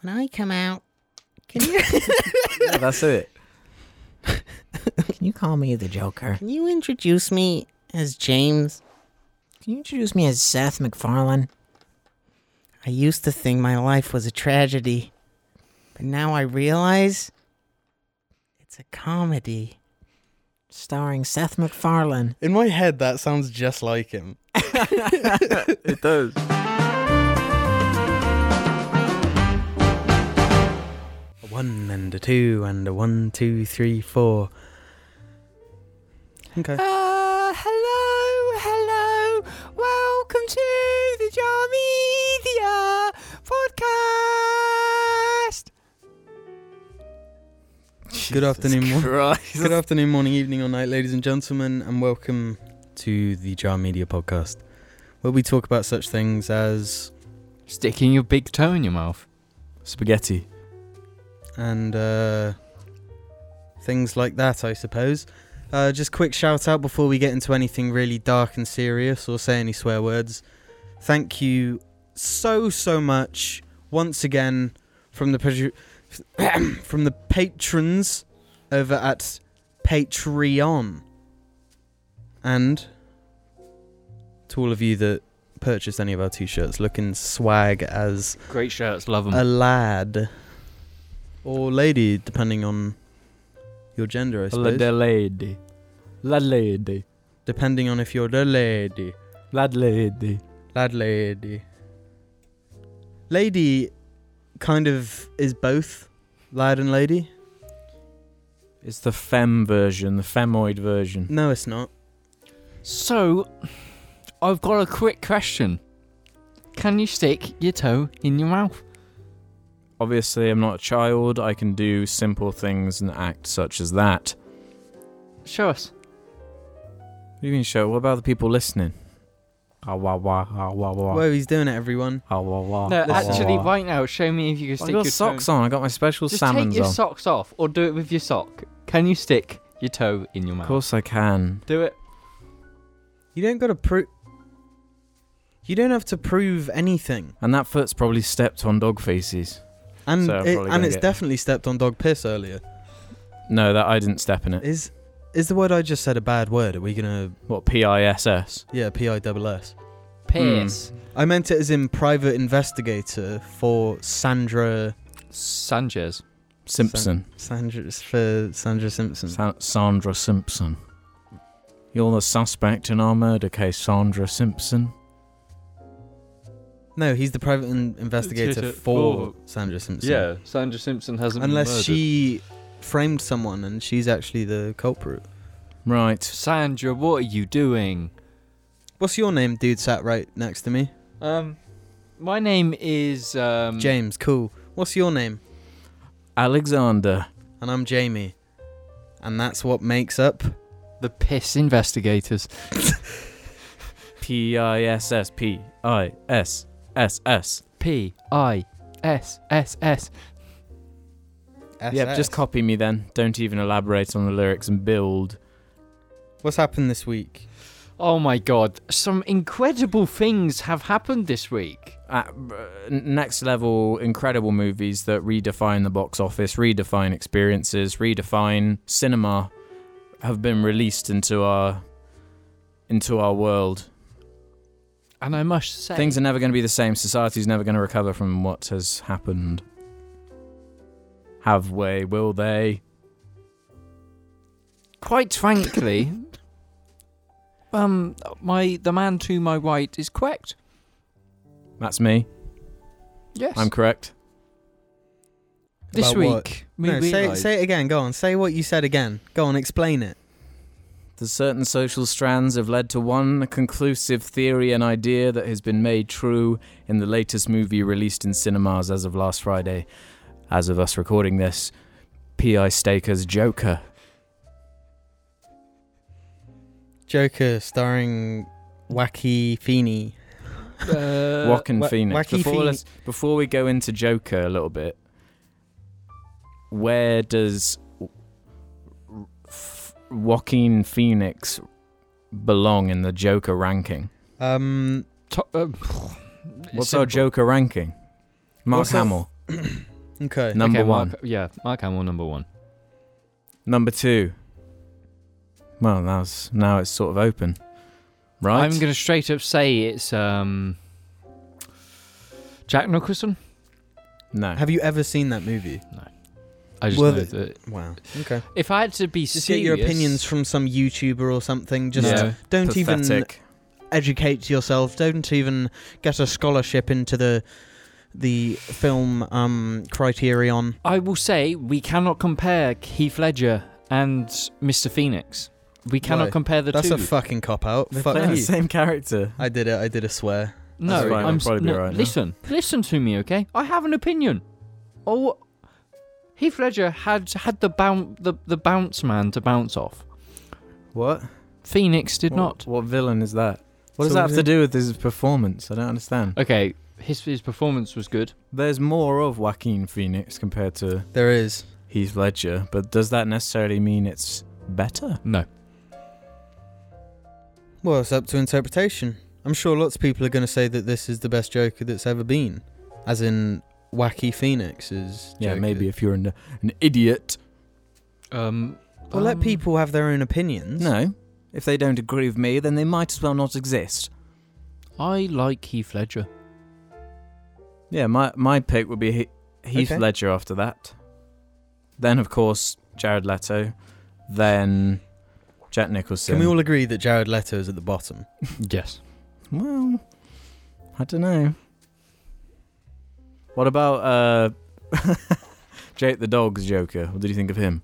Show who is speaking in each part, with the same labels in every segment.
Speaker 1: when I come out, can you
Speaker 2: Yeah, that's it.
Speaker 3: Can you call me the Joker?
Speaker 1: can you introduce me as James?
Speaker 3: Can you introduce me as Seth MacFarlane?
Speaker 1: I used to think my life was a tragedy, but now I realize it's a comedy.
Speaker 3: Starring Seth MacFarlane.
Speaker 1: In my head, that sounds just like him.
Speaker 2: It does.
Speaker 1: A one and a two and a one, two, three, four. Okay.
Speaker 3: Uh, hello, hello. Welcome to the Jar Media podcast.
Speaker 1: Good afternoon, Mon-
Speaker 2: Christ.
Speaker 1: Good afternoon, morning, evening, or night, ladies and gentlemen, and welcome to the Jar Media Podcast, where we talk about such things as
Speaker 4: Sticking your big toe in your mouth.
Speaker 2: Spaghetti.
Speaker 1: and uh, things like that, I suppose. Uh, just quick shout out before we get into anything really dark and serious or say any swear words. Thank you so so much once again from the patru- from the patrons over at Patreon and to all of you that purchased any of our t-shirts looking swag as
Speaker 4: Great shirts, love
Speaker 2: Uh,
Speaker 4: them.
Speaker 1: a lad or lady, depending on your gender, I
Speaker 4: La
Speaker 1: suppose.
Speaker 4: de lady. La lady.
Speaker 1: depending on if you're the lady,
Speaker 4: La lady.
Speaker 1: lad, lady, lady, kind of is both lad and lady.
Speaker 2: It's the fem version, the femoid version.
Speaker 1: No, it's not.
Speaker 4: So, I've got a quick question. Can you stick your toe in your mouth?
Speaker 2: Obviously, I'm not a child. I can do simple things and act such as that.
Speaker 4: Show us.
Speaker 2: What do you mean, show? What about the people listening? Ah, wah, wah, ah, wah, wah.
Speaker 1: Whoa, he's doing it, everyone.
Speaker 2: Ah, wah, wah.
Speaker 4: No,
Speaker 2: Ah, wah,
Speaker 4: actually,
Speaker 2: wah.
Speaker 4: right now, show me if you can stick
Speaker 2: I
Speaker 4: your
Speaker 2: got
Speaker 4: toe
Speaker 2: socks
Speaker 4: in-
Speaker 2: on. I got my special
Speaker 4: Just
Speaker 2: salmons
Speaker 4: take your
Speaker 2: on.
Speaker 4: socks off, or do it with your sock. Can you stick your toe in your mouth?
Speaker 2: Of course, I can.
Speaker 4: Do it.
Speaker 1: You don't got to prove. You don't have to prove anything,
Speaker 2: And that foot's probably stepped on dog feces.
Speaker 1: and
Speaker 2: So I'm
Speaker 1: it,
Speaker 2: probably
Speaker 1: and
Speaker 2: gonna
Speaker 1: it's
Speaker 2: get-
Speaker 1: definitely stepped on dog piss earlier.
Speaker 2: No, that I didn't step in it.
Speaker 1: Is is the word I just said a bad word? Are we gonna
Speaker 2: What P I S S?
Speaker 1: yeah p i double s?
Speaker 4: Piss.
Speaker 1: I meant it as in private investigator for Sandra
Speaker 4: Sanchez.
Speaker 2: Simpson.
Speaker 1: Sandra for Sandra Simpson.
Speaker 2: Sa- Sandra Simpson. You're the suspect in our murder case, Sandra Simpson.
Speaker 1: no, he's the private in- investigator
Speaker 4: Investigator
Speaker 1: for
Speaker 4: for-
Speaker 1: Sandra Simpson.
Speaker 4: Yeah, Sandra Simpson hasn't been
Speaker 1: Unless
Speaker 4: murdered.
Speaker 1: she framed someone and she's actually the culprit.
Speaker 2: Right.
Speaker 4: Sandra, what are you doing?
Speaker 1: What's your name, dude sat right next to me?
Speaker 4: Um, my name is um.
Speaker 1: James, cool. What's your name?
Speaker 2: Alexander.
Speaker 1: And I'm Jamie. And that's what makes up
Speaker 4: The piss investigators.
Speaker 2: P I S S P I S S S.
Speaker 4: P I S S S.
Speaker 2: Yep,
Speaker 1: SS.
Speaker 2: just copy me then. Don't even elaborate on the lyrics and build.
Speaker 1: What's happened this week?
Speaker 4: Oh my god, some incredible things have happened this week.
Speaker 2: At, uh, n- next level, incredible movies that redefine the box office, redefine experiences, redefine cinema have been released into our into our world.
Speaker 4: And I must say,
Speaker 2: Things are never going to be the same. Society's never going to recover from what has happened. Have we? Will they?
Speaker 4: quite frankly, um, my the man to my right is correct.
Speaker 2: That's me.
Speaker 4: Yes,
Speaker 2: I'm correct.
Speaker 4: this
Speaker 1: About what?
Speaker 4: week we
Speaker 1: No, say, it-
Speaker 4: realised-
Speaker 1: say it again. Go on. Say what you said again. Go on. Explain it.
Speaker 2: The certain social strands have led to one conclusive theory and idea that has been made true in the latest movie released in cinemas as of last Friday. As of us recording this, P.I. Staker's Joker.
Speaker 1: Joker starring Wacky Feeney.
Speaker 4: uh,
Speaker 2: Walking
Speaker 1: Wa-
Speaker 2: Phoenix.
Speaker 1: Wacky
Speaker 2: before,
Speaker 1: Phoenix.
Speaker 2: let's- before we go into Joker a little bit, where does F- Joaquin Phoenix belong in the Joker ranking?
Speaker 1: Um,
Speaker 4: to- uh,
Speaker 2: What's
Speaker 4: simple.
Speaker 2: our Joker ranking? Mark
Speaker 1: What's our-
Speaker 2: Hamill.
Speaker 1: Okay.
Speaker 2: Number
Speaker 4: Okay,
Speaker 2: one.
Speaker 4: Mark, yeah, Mark Hamill, number one.
Speaker 2: Number two. Well, now's now it's sort of open, right?
Speaker 4: I'm gonna straight up say it's um Jack Nicholson.
Speaker 2: no.
Speaker 1: Have you ever seen that movie?
Speaker 4: I just
Speaker 1: Well,
Speaker 4: know
Speaker 1: th-
Speaker 4: that
Speaker 1: Wow. Okay.
Speaker 4: if I had to be
Speaker 1: Just
Speaker 4: serious,
Speaker 1: get your opinions from some YouTuber or something. Just
Speaker 2: Yeah.
Speaker 4: no.
Speaker 1: don't even
Speaker 2: Pathetic.
Speaker 1: educate yourself. Don't even get a scholarship into the the film um, criterion.
Speaker 4: I will say we cannot compare Heath Ledger and Mr. Phoenix. We cannot
Speaker 1: Why?
Speaker 4: compare the
Speaker 1: That's
Speaker 4: two.
Speaker 1: a fucking cop out.
Speaker 2: They're
Speaker 1: Fuck
Speaker 2: playing the
Speaker 1: you.
Speaker 2: same character.
Speaker 1: I did it. I did a swear.
Speaker 4: no,
Speaker 1: That's fine,
Speaker 4: I'm
Speaker 2: I'll
Speaker 4: s-
Speaker 2: probably be
Speaker 4: no,
Speaker 2: right now.
Speaker 4: Listen, listen to me, okay? I have an opinion. Oh, Heath Ledger had had the bounce the, the bounce man to bounce off.
Speaker 2: What?
Speaker 4: Phoenix did
Speaker 2: What-
Speaker 4: not.
Speaker 2: What villain is that? What does
Speaker 1: So
Speaker 2: that
Speaker 1: what
Speaker 2: have
Speaker 1: is
Speaker 2: to
Speaker 1: it?
Speaker 2: do with his performance? I don't understand.
Speaker 4: Okay, his his performance was good.
Speaker 2: There's more of Joaquin Phoenix compared to
Speaker 1: There is.
Speaker 2: Heath Ledger, but does that necessarily mean it's better?
Speaker 4: No,
Speaker 1: Well, it's up to interpretation. I'm sure lots of people are going to say that this is the best Joker that's ever been, as in Wacky Phoenix is.
Speaker 2: Yeah,
Speaker 1: Joker.
Speaker 2: maybe if you're an, an idiot.
Speaker 4: um,
Speaker 1: Well, let
Speaker 4: um,
Speaker 1: people have their own opinions.
Speaker 2: No. If they don't agree with me, then they might as well not exist.
Speaker 4: I like Heath Ledger.
Speaker 2: Yeah, my my pick would be he- Heath
Speaker 1: Okay.
Speaker 2: Ledger after that. Then of course Jared Leto, then Jack Nicholson.
Speaker 1: Can we all agree that Jared Leto is at the bottom?
Speaker 4: Yes.
Speaker 2: Well, I don't know. What about uh Jake the Dog's Joker? What did you think of him?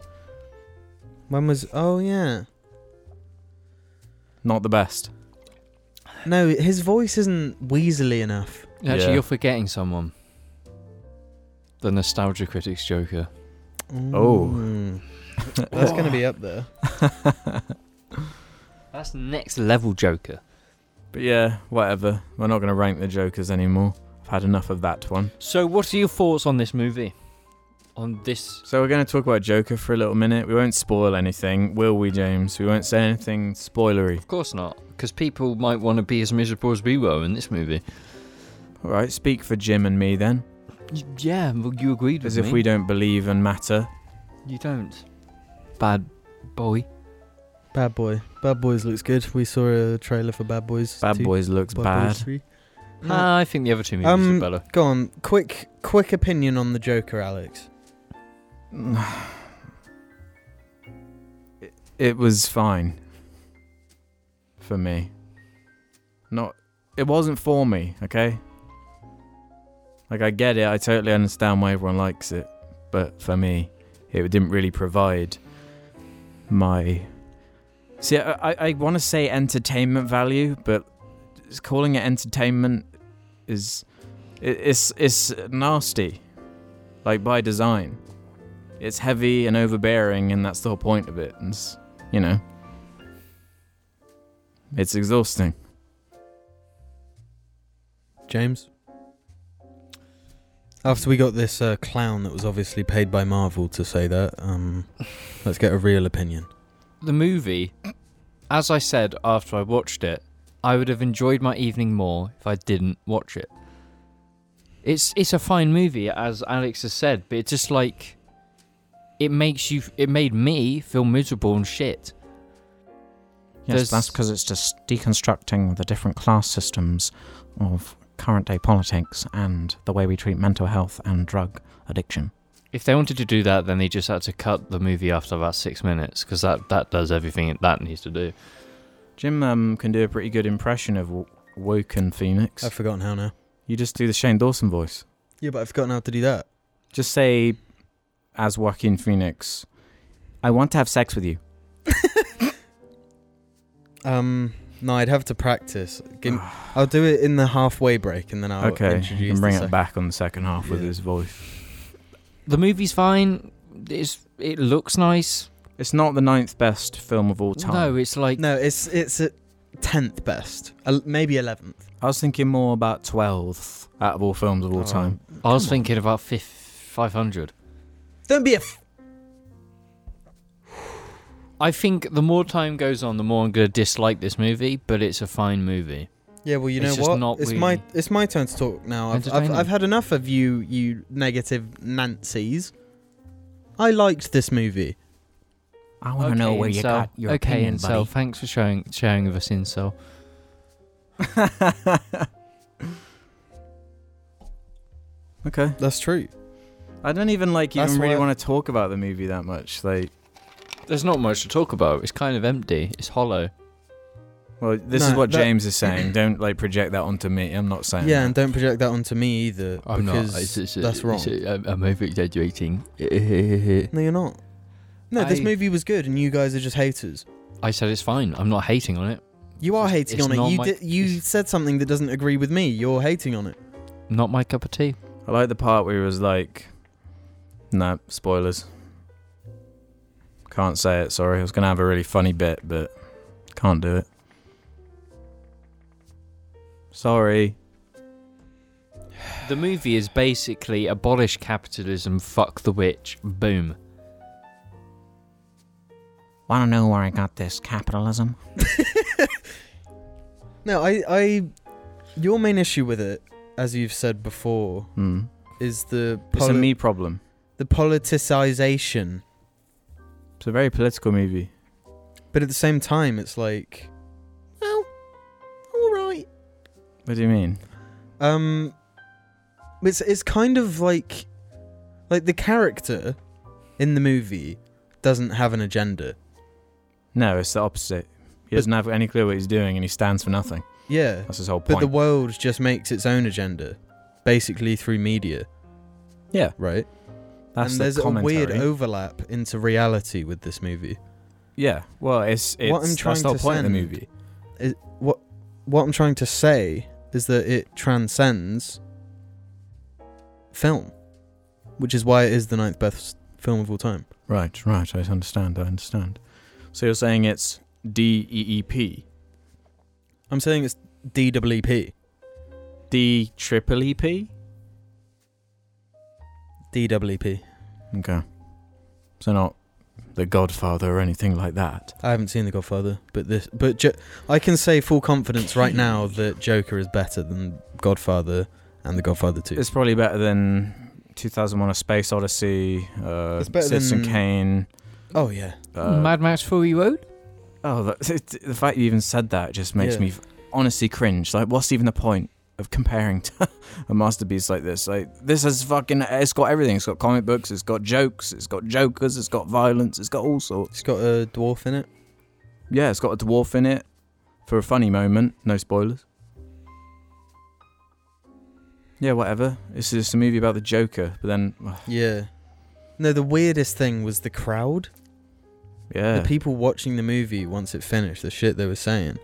Speaker 1: When was? Oh yeah.
Speaker 2: Not the best.
Speaker 1: No, his voice isn't weaselly enough.
Speaker 4: Actually,
Speaker 2: Yeah.
Speaker 4: you're forgetting someone. The Nostalgia Critics Joker.
Speaker 2: Oh.
Speaker 1: Mm. that's going to be up there.
Speaker 4: That's next level Joker.
Speaker 2: But yeah, whatever. We're not going to rank the Jokers anymore. I've had enough of that one.
Speaker 4: So, what are your thoughts on this movie? On this?
Speaker 2: So we're going to talk about Joker for a little minute. We won't spoil anything, will we, James? We won't say anything spoilery.
Speaker 4: Of course not, because people might want to be as miserable as we were in this movie.
Speaker 2: All right, speak for Jim and me then,
Speaker 4: yeah, well, you agreed with
Speaker 2: as
Speaker 4: me.
Speaker 2: if we don't believe and matter.
Speaker 4: You don't. Bad boy.
Speaker 1: Bad Boy. Bad Boys looks good. We saw a trailer for Bad Boys.
Speaker 2: Bad
Speaker 1: 2,
Speaker 2: Boys looks
Speaker 1: Bad
Speaker 2: bad.
Speaker 1: Boys 3.
Speaker 4: Nah, I think the other two movies
Speaker 1: Um,
Speaker 4: are better.
Speaker 1: Go on, quick, quick opinion on the Joker, Alex.
Speaker 2: it, it was fine for me. Not, it wasn't for me. Okay. Like I get it. I totally understand why everyone likes it, but for me, it didn't really provide my. See, I, I, I want to say entertainment value, but just calling it entertainment is, it, it's it's nasty, like by design it's heavy and overbearing, and that's the whole point of it. And s- you know, it's exhausting.
Speaker 1: James. After we got this uh, clown that was obviously paid by Marvel to say that, um, let's get a real opinion.
Speaker 4: The movie, as I said after I watched it, I would have enjoyed my evening more if I didn't watch it. It's it's a fine movie, as Alex has said, but it's just like it makes you. It made me feel miserable and shit. There's-
Speaker 5: Yes, that's because it's just deconstructing the different class systems of current day politics and the way we treat mental health and drug addiction.
Speaker 4: If they wanted to do that, then they just had to cut the movie after about six minutes, because that that does everything it- that needs to do.
Speaker 2: Jim um, can do a pretty good impression of w- Woken Phoenix.
Speaker 1: I've forgotten how now.
Speaker 2: you just do the Shane Dawson voice.
Speaker 1: Yeah, but I've forgotten how to do that.
Speaker 2: Just say, as Joaquin Phoenix, I want to have sex with you.
Speaker 1: Um, no, I'd have to practice. Give- I'll do it in the halfway break, and then I'll
Speaker 2: Ah, okay, you
Speaker 1: introduce.
Speaker 2: can bring
Speaker 1: the
Speaker 2: it
Speaker 1: sec-
Speaker 2: back on the second half with
Speaker 1: Yeah.
Speaker 2: his voice.
Speaker 4: The movie's fine. It's it looks nice.
Speaker 2: It's not the ninth best film of all time.
Speaker 4: No, it's like
Speaker 1: No, it's it's at tenth best, El- maybe eleventh.
Speaker 2: I was thinking more about twelfth out of all films
Speaker 1: Oh.
Speaker 2: of all time.
Speaker 4: I was thinking about fif- 500.
Speaker 1: Don't be a. F-
Speaker 4: I think the more time goes on, the more I'm going to dislike this movie, but it's a fine movie.
Speaker 1: Yeah, well, you
Speaker 4: It's
Speaker 1: know
Speaker 4: just
Speaker 1: what?
Speaker 4: not
Speaker 1: it's
Speaker 4: really
Speaker 1: my it's my turn to talk now. I've, I've
Speaker 4: entertaining.
Speaker 1: I've had enough of you, you negative Nancy's. I liked this movie.
Speaker 5: I want to know where you
Speaker 4: incel.
Speaker 5: got your
Speaker 4: okay,
Speaker 5: opinion,
Speaker 4: incel.
Speaker 5: buddy.
Speaker 4: Thanks for sharing sharing with us, incel.
Speaker 2: okay.
Speaker 1: That's true.
Speaker 2: I don't even like even
Speaker 1: That's
Speaker 2: really
Speaker 1: why-
Speaker 2: want to talk about the movie that much. Like,
Speaker 4: There's not much to talk about. It's kind of empty. It's hollow.
Speaker 2: well, this is
Speaker 1: No,
Speaker 2: what
Speaker 1: that-
Speaker 2: James is saying. don't like project that onto me. I'm not saying.
Speaker 1: yeah,
Speaker 2: that.
Speaker 1: and don't project that onto me either because that's wrong.
Speaker 4: I'm over exaggerating. I
Speaker 1: no, you're not. No, this
Speaker 4: I-
Speaker 1: movie was good, and you guys are just haters.
Speaker 4: said it's fine. I'm not hating on it.
Speaker 1: You are hating
Speaker 4: it's
Speaker 1: on it.
Speaker 4: not
Speaker 1: You
Speaker 4: my-
Speaker 1: di- you
Speaker 4: it's-
Speaker 1: said something that doesn't agree with me. You're hating on it.
Speaker 4: Not my cup of tea.
Speaker 2: I like the part where he was like, "No spoilers." Can't say it. Sorry, I was gonna have a really funny bit, but can't do it. Sorry.
Speaker 4: The movie is basically abolish capitalism, fuck the witch, boom.
Speaker 5: Want to know where I got this capitalism?
Speaker 1: No, I I your main issue with it, as you've said before,
Speaker 2: Hmm.
Speaker 1: is the
Speaker 2: It's a
Speaker 1: poli-
Speaker 2: me problem.
Speaker 1: the politicization.
Speaker 2: It's a very political movie.
Speaker 1: But at the same time, it's like, well, all right.
Speaker 2: What do you mean?
Speaker 1: Um, it's it's kind of like, like the character in the movie doesn't have an agenda.
Speaker 2: No, it's the opposite. He
Speaker 1: But-
Speaker 2: doesn't have any clue what he's doing, and he stands for nothing.
Speaker 1: Yeah,
Speaker 2: That's his whole
Speaker 1: but
Speaker 2: point.
Speaker 1: the world just makes its own agenda, basically through media,
Speaker 2: yeah,
Speaker 1: right?
Speaker 2: that's
Speaker 1: and
Speaker 2: the
Speaker 1: there's
Speaker 2: commentary.
Speaker 1: a weird overlap into reality with this movie.
Speaker 2: yeah, well, it's it's
Speaker 1: What I'm
Speaker 2: that's
Speaker 1: trying
Speaker 2: the whole
Speaker 1: to
Speaker 2: point of the
Speaker 1: send-
Speaker 2: movie.
Speaker 1: What I'm trying to say is that it transcends film, which is why it is the ninth best film of all time.
Speaker 2: Right, right. I understand. I understand. So you're saying it's D E E P,
Speaker 1: I'm saying it's DWP.
Speaker 2: D triple E P.
Speaker 1: DWP.
Speaker 2: Okay. So not the Godfather or anything like that.
Speaker 1: I haven't seen The Godfather, but this, but jo- I can say full confidence right now that Joker is better than Godfather and The Godfather Two.
Speaker 2: It's probably better than 2001: A Space Odyssey, uh,
Speaker 1: It's better
Speaker 2: Citizen
Speaker 1: than-
Speaker 2: Kane.
Speaker 1: oh yeah,
Speaker 2: Uh,
Speaker 4: Mad Max E Fury Road?
Speaker 2: oh, that, it, the fact you even said that just makes
Speaker 1: Yeah.
Speaker 2: me f- honestly cringe. Like, what's even the point of comparing to a masterpiece like this? Like, this has fucking it's got everything. It's got comic books. It's got jokes. It's got jokers. It's got violence. It's got all sorts.
Speaker 1: it's got a dwarf in it.
Speaker 2: Yeah, it's got a dwarf in it for a funny moment. No spoilers. Yeah, whatever. It's just a movie about the Joker, but then, ugh,
Speaker 1: Yeah. No, the weirdest thing was the crowd.
Speaker 2: yeah,
Speaker 1: The people watching the movie once it finished, the shit they were saying,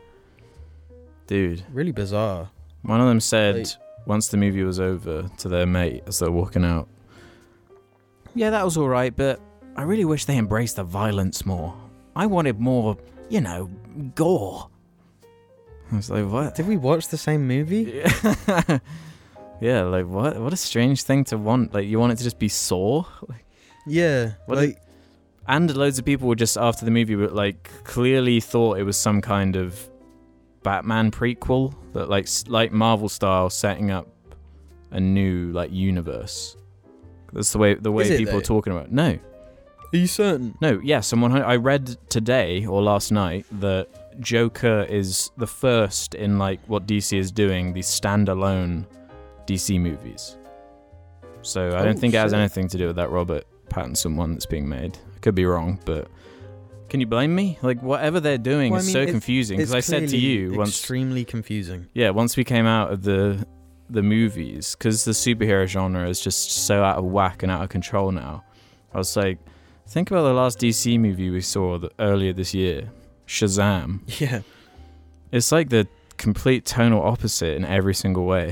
Speaker 2: dude.
Speaker 1: really bizarre.
Speaker 2: One of them said
Speaker 1: Like-
Speaker 2: once the movie was over to their mate as they're walking out. Yeah, that was all right, but
Speaker 5: I really wish they embraced the violence more. I wanted more, you know, gore.
Speaker 2: I was like, what?
Speaker 1: Did we watch the same movie?
Speaker 2: Yeah. yeah, like what? What a strange thing to want. Like you want it to just be sore.
Speaker 1: Yeah.
Speaker 2: What
Speaker 1: like,
Speaker 2: and loads of people were just after the movie were like clearly thought it was some kind of Batman prequel that like s- like Marvel style setting up a new like universe. That's the way the way
Speaker 1: Is it,
Speaker 2: people are
Speaker 1: though?
Speaker 2: talking about. it. No,
Speaker 1: are you certain?
Speaker 2: no, yes, I'm 100. I read today or last night that Joker is the first in like what DC is doing these standalone DC movies. So I don't
Speaker 1: Oh,
Speaker 2: think it has
Speaker 1: shit.
Speaker 2: anything to do with that Robert Pattinson one that's being made. I could be wrong, but can you blame me? Like whatever they're doing
Speaker 1: Well, I
Speaker 2: is
Speaker 1: mean,
Speaker 2: so
Speaker 1: it's-
Speaker 2: confusing. Because
Speaker 1: It's
Speaker 2: I said to
Speaker 1: clearly
Speaker 2: you once,
Speaker 1: extremely confusing.
Speaker 2: yeah, once we came out of the the movies, because the superhero genre is just so out of whack and out of control now. I was like, think about the last DC movie we saw th earlier this year, Shazam.
Speaker 1: Yeah.
Speaker 2: It's like the complete tonal opposite in every single way,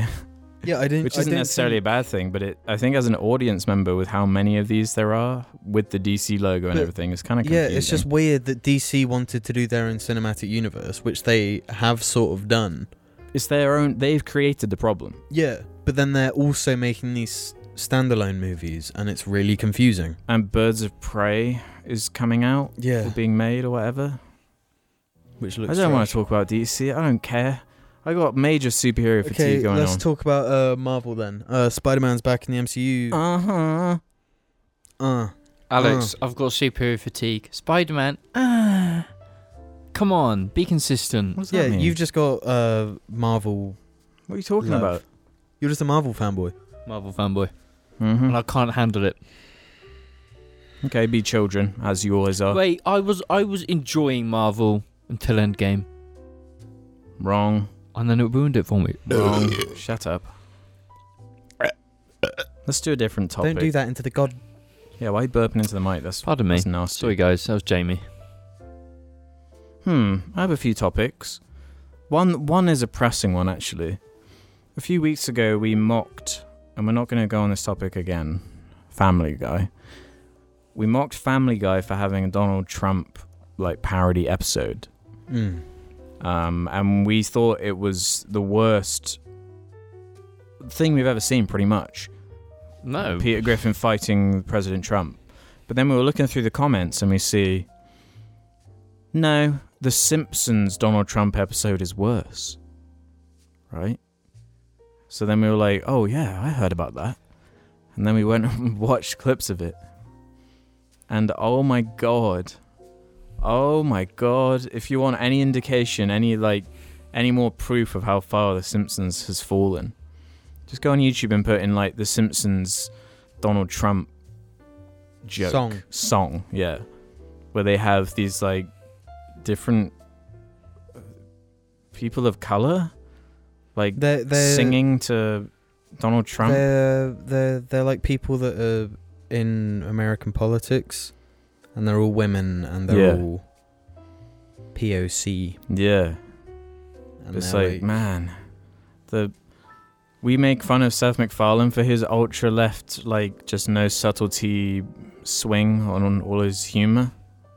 Speaker 1: Yeah, I didn't.
Speaker 2: which
Speaker 1: I
Speaker 2: isn't
Speaker 1: don't
Speaker 2: necessarily
Speaker 1: think-
Speaker 2: a bad thing. But it, I think, as an audience member, with how many of these there are, with the DC logo and
Speaker 1: But-
Speaker 2: everything, it's kind of
Speaker 1: yeah, it's just weird that DC wanted to do their own cinematic universe, which they have sort of done.
Speaker 2: it's their own. They've created the problem.
Speaker 1: Yeah, but then they're also making these standalone movies, and it's really confusing.
Speaker 2: And Birds of Prey is coming out or
Speaker 1: Yeah,
Speaker 2: being made or whatever.
Speaker 1: which looks.
Speaker 2: I don't want to talk about DC. I don't care. I got major superhero
Speaker 1: Okay,
Speaker 2: fatigue going
Speaker 1: let's
Speaker 2: on.
Speaker 1: talk about uh, Marvel then. Uh, Spider Man's back in the MCU.
Speaker 5: Uh huh.
Speaker 1: Uh,
Speaker 2: Mm.
Speaker 4: Alex, I've got superior fatigue. Spider Man, ah. Come on, be consistent.
Speaker 5: What's
Speaker 1: yeah,
Speaker 5: that mean?
Speaker 1: you've just got uh, Marvel.
Speaker 2: what are you talking
Speaker 1: Love.
Speaker 2: about?
Speaker 1: You're just a Marvel fanboy.
Speaker 4: Marvel fanboy.
Speaker 5: Mhm.
Speaker 2: Mm.
Speaker 4: And I can't handle it.
Speaker 2: Mm-hmm. Okay, be children as you always are.
Speaker 4: Wait, I was I was enjoying Marvel until Endgame.
Speaker 2: Wrong.
Speaker 4: And then it ruined it for me.
Speaker 2: Wrong. Shut up. Let's do a different topic.
Speaker 1: Don't do that into the god.
Speaker 2: Yeah, why are you burping into the mic? That's,
Speaker 4: Pardon me.
Speaker 2: that's nasty.
Speaker 4: Sorry guys, that was Jamie.
Speaker 2: Hmm, I have a few topics. One one is a pressing one actually. A few weeks ago we mocked and we're not going to go on this topic again. Family Guy. We mocked Family Guy for having a Donald Trump like parody episode.
Speaker 1: Mm.
Speaker 2: Um, and we thought it was the worst thing we've ever seen pretty much.
Speaker 4: No.
Speaker 2: Peter Griffin fighting President Trump. But then we were looking through the comments and we see no, the Simpsons Donald Trump episode is worse. Right? So then we were like, oh yeah, I heard about that. And then we went and watched clips of it. And oh my god. Oh my god. If you want any indication, any like any more proof of how far The Simpsons has fallen, just go on YouTube and put in like The Simpsons Donald Trump joke
Speaker 1: Song.
Speaker 2: song, yeah. Where they have these like different uh, people of color like
Speaker 1: They're, they're
Speaker 2: singing to Donald Trump.
Speaker 1: They're, they're they're like people that are in American politics, and they're all women, and they're
Speaker 2: Yeah.
Speaker 1: all POC.
Speaker 2: Yeah.
Speaker 1: And
Speaker 2: it's
Speaker 1: they're
Speaker 2: like, man, the we make fun of Seth MacFarlane for his ultra left, like just no subtlety swing on, on all his humor.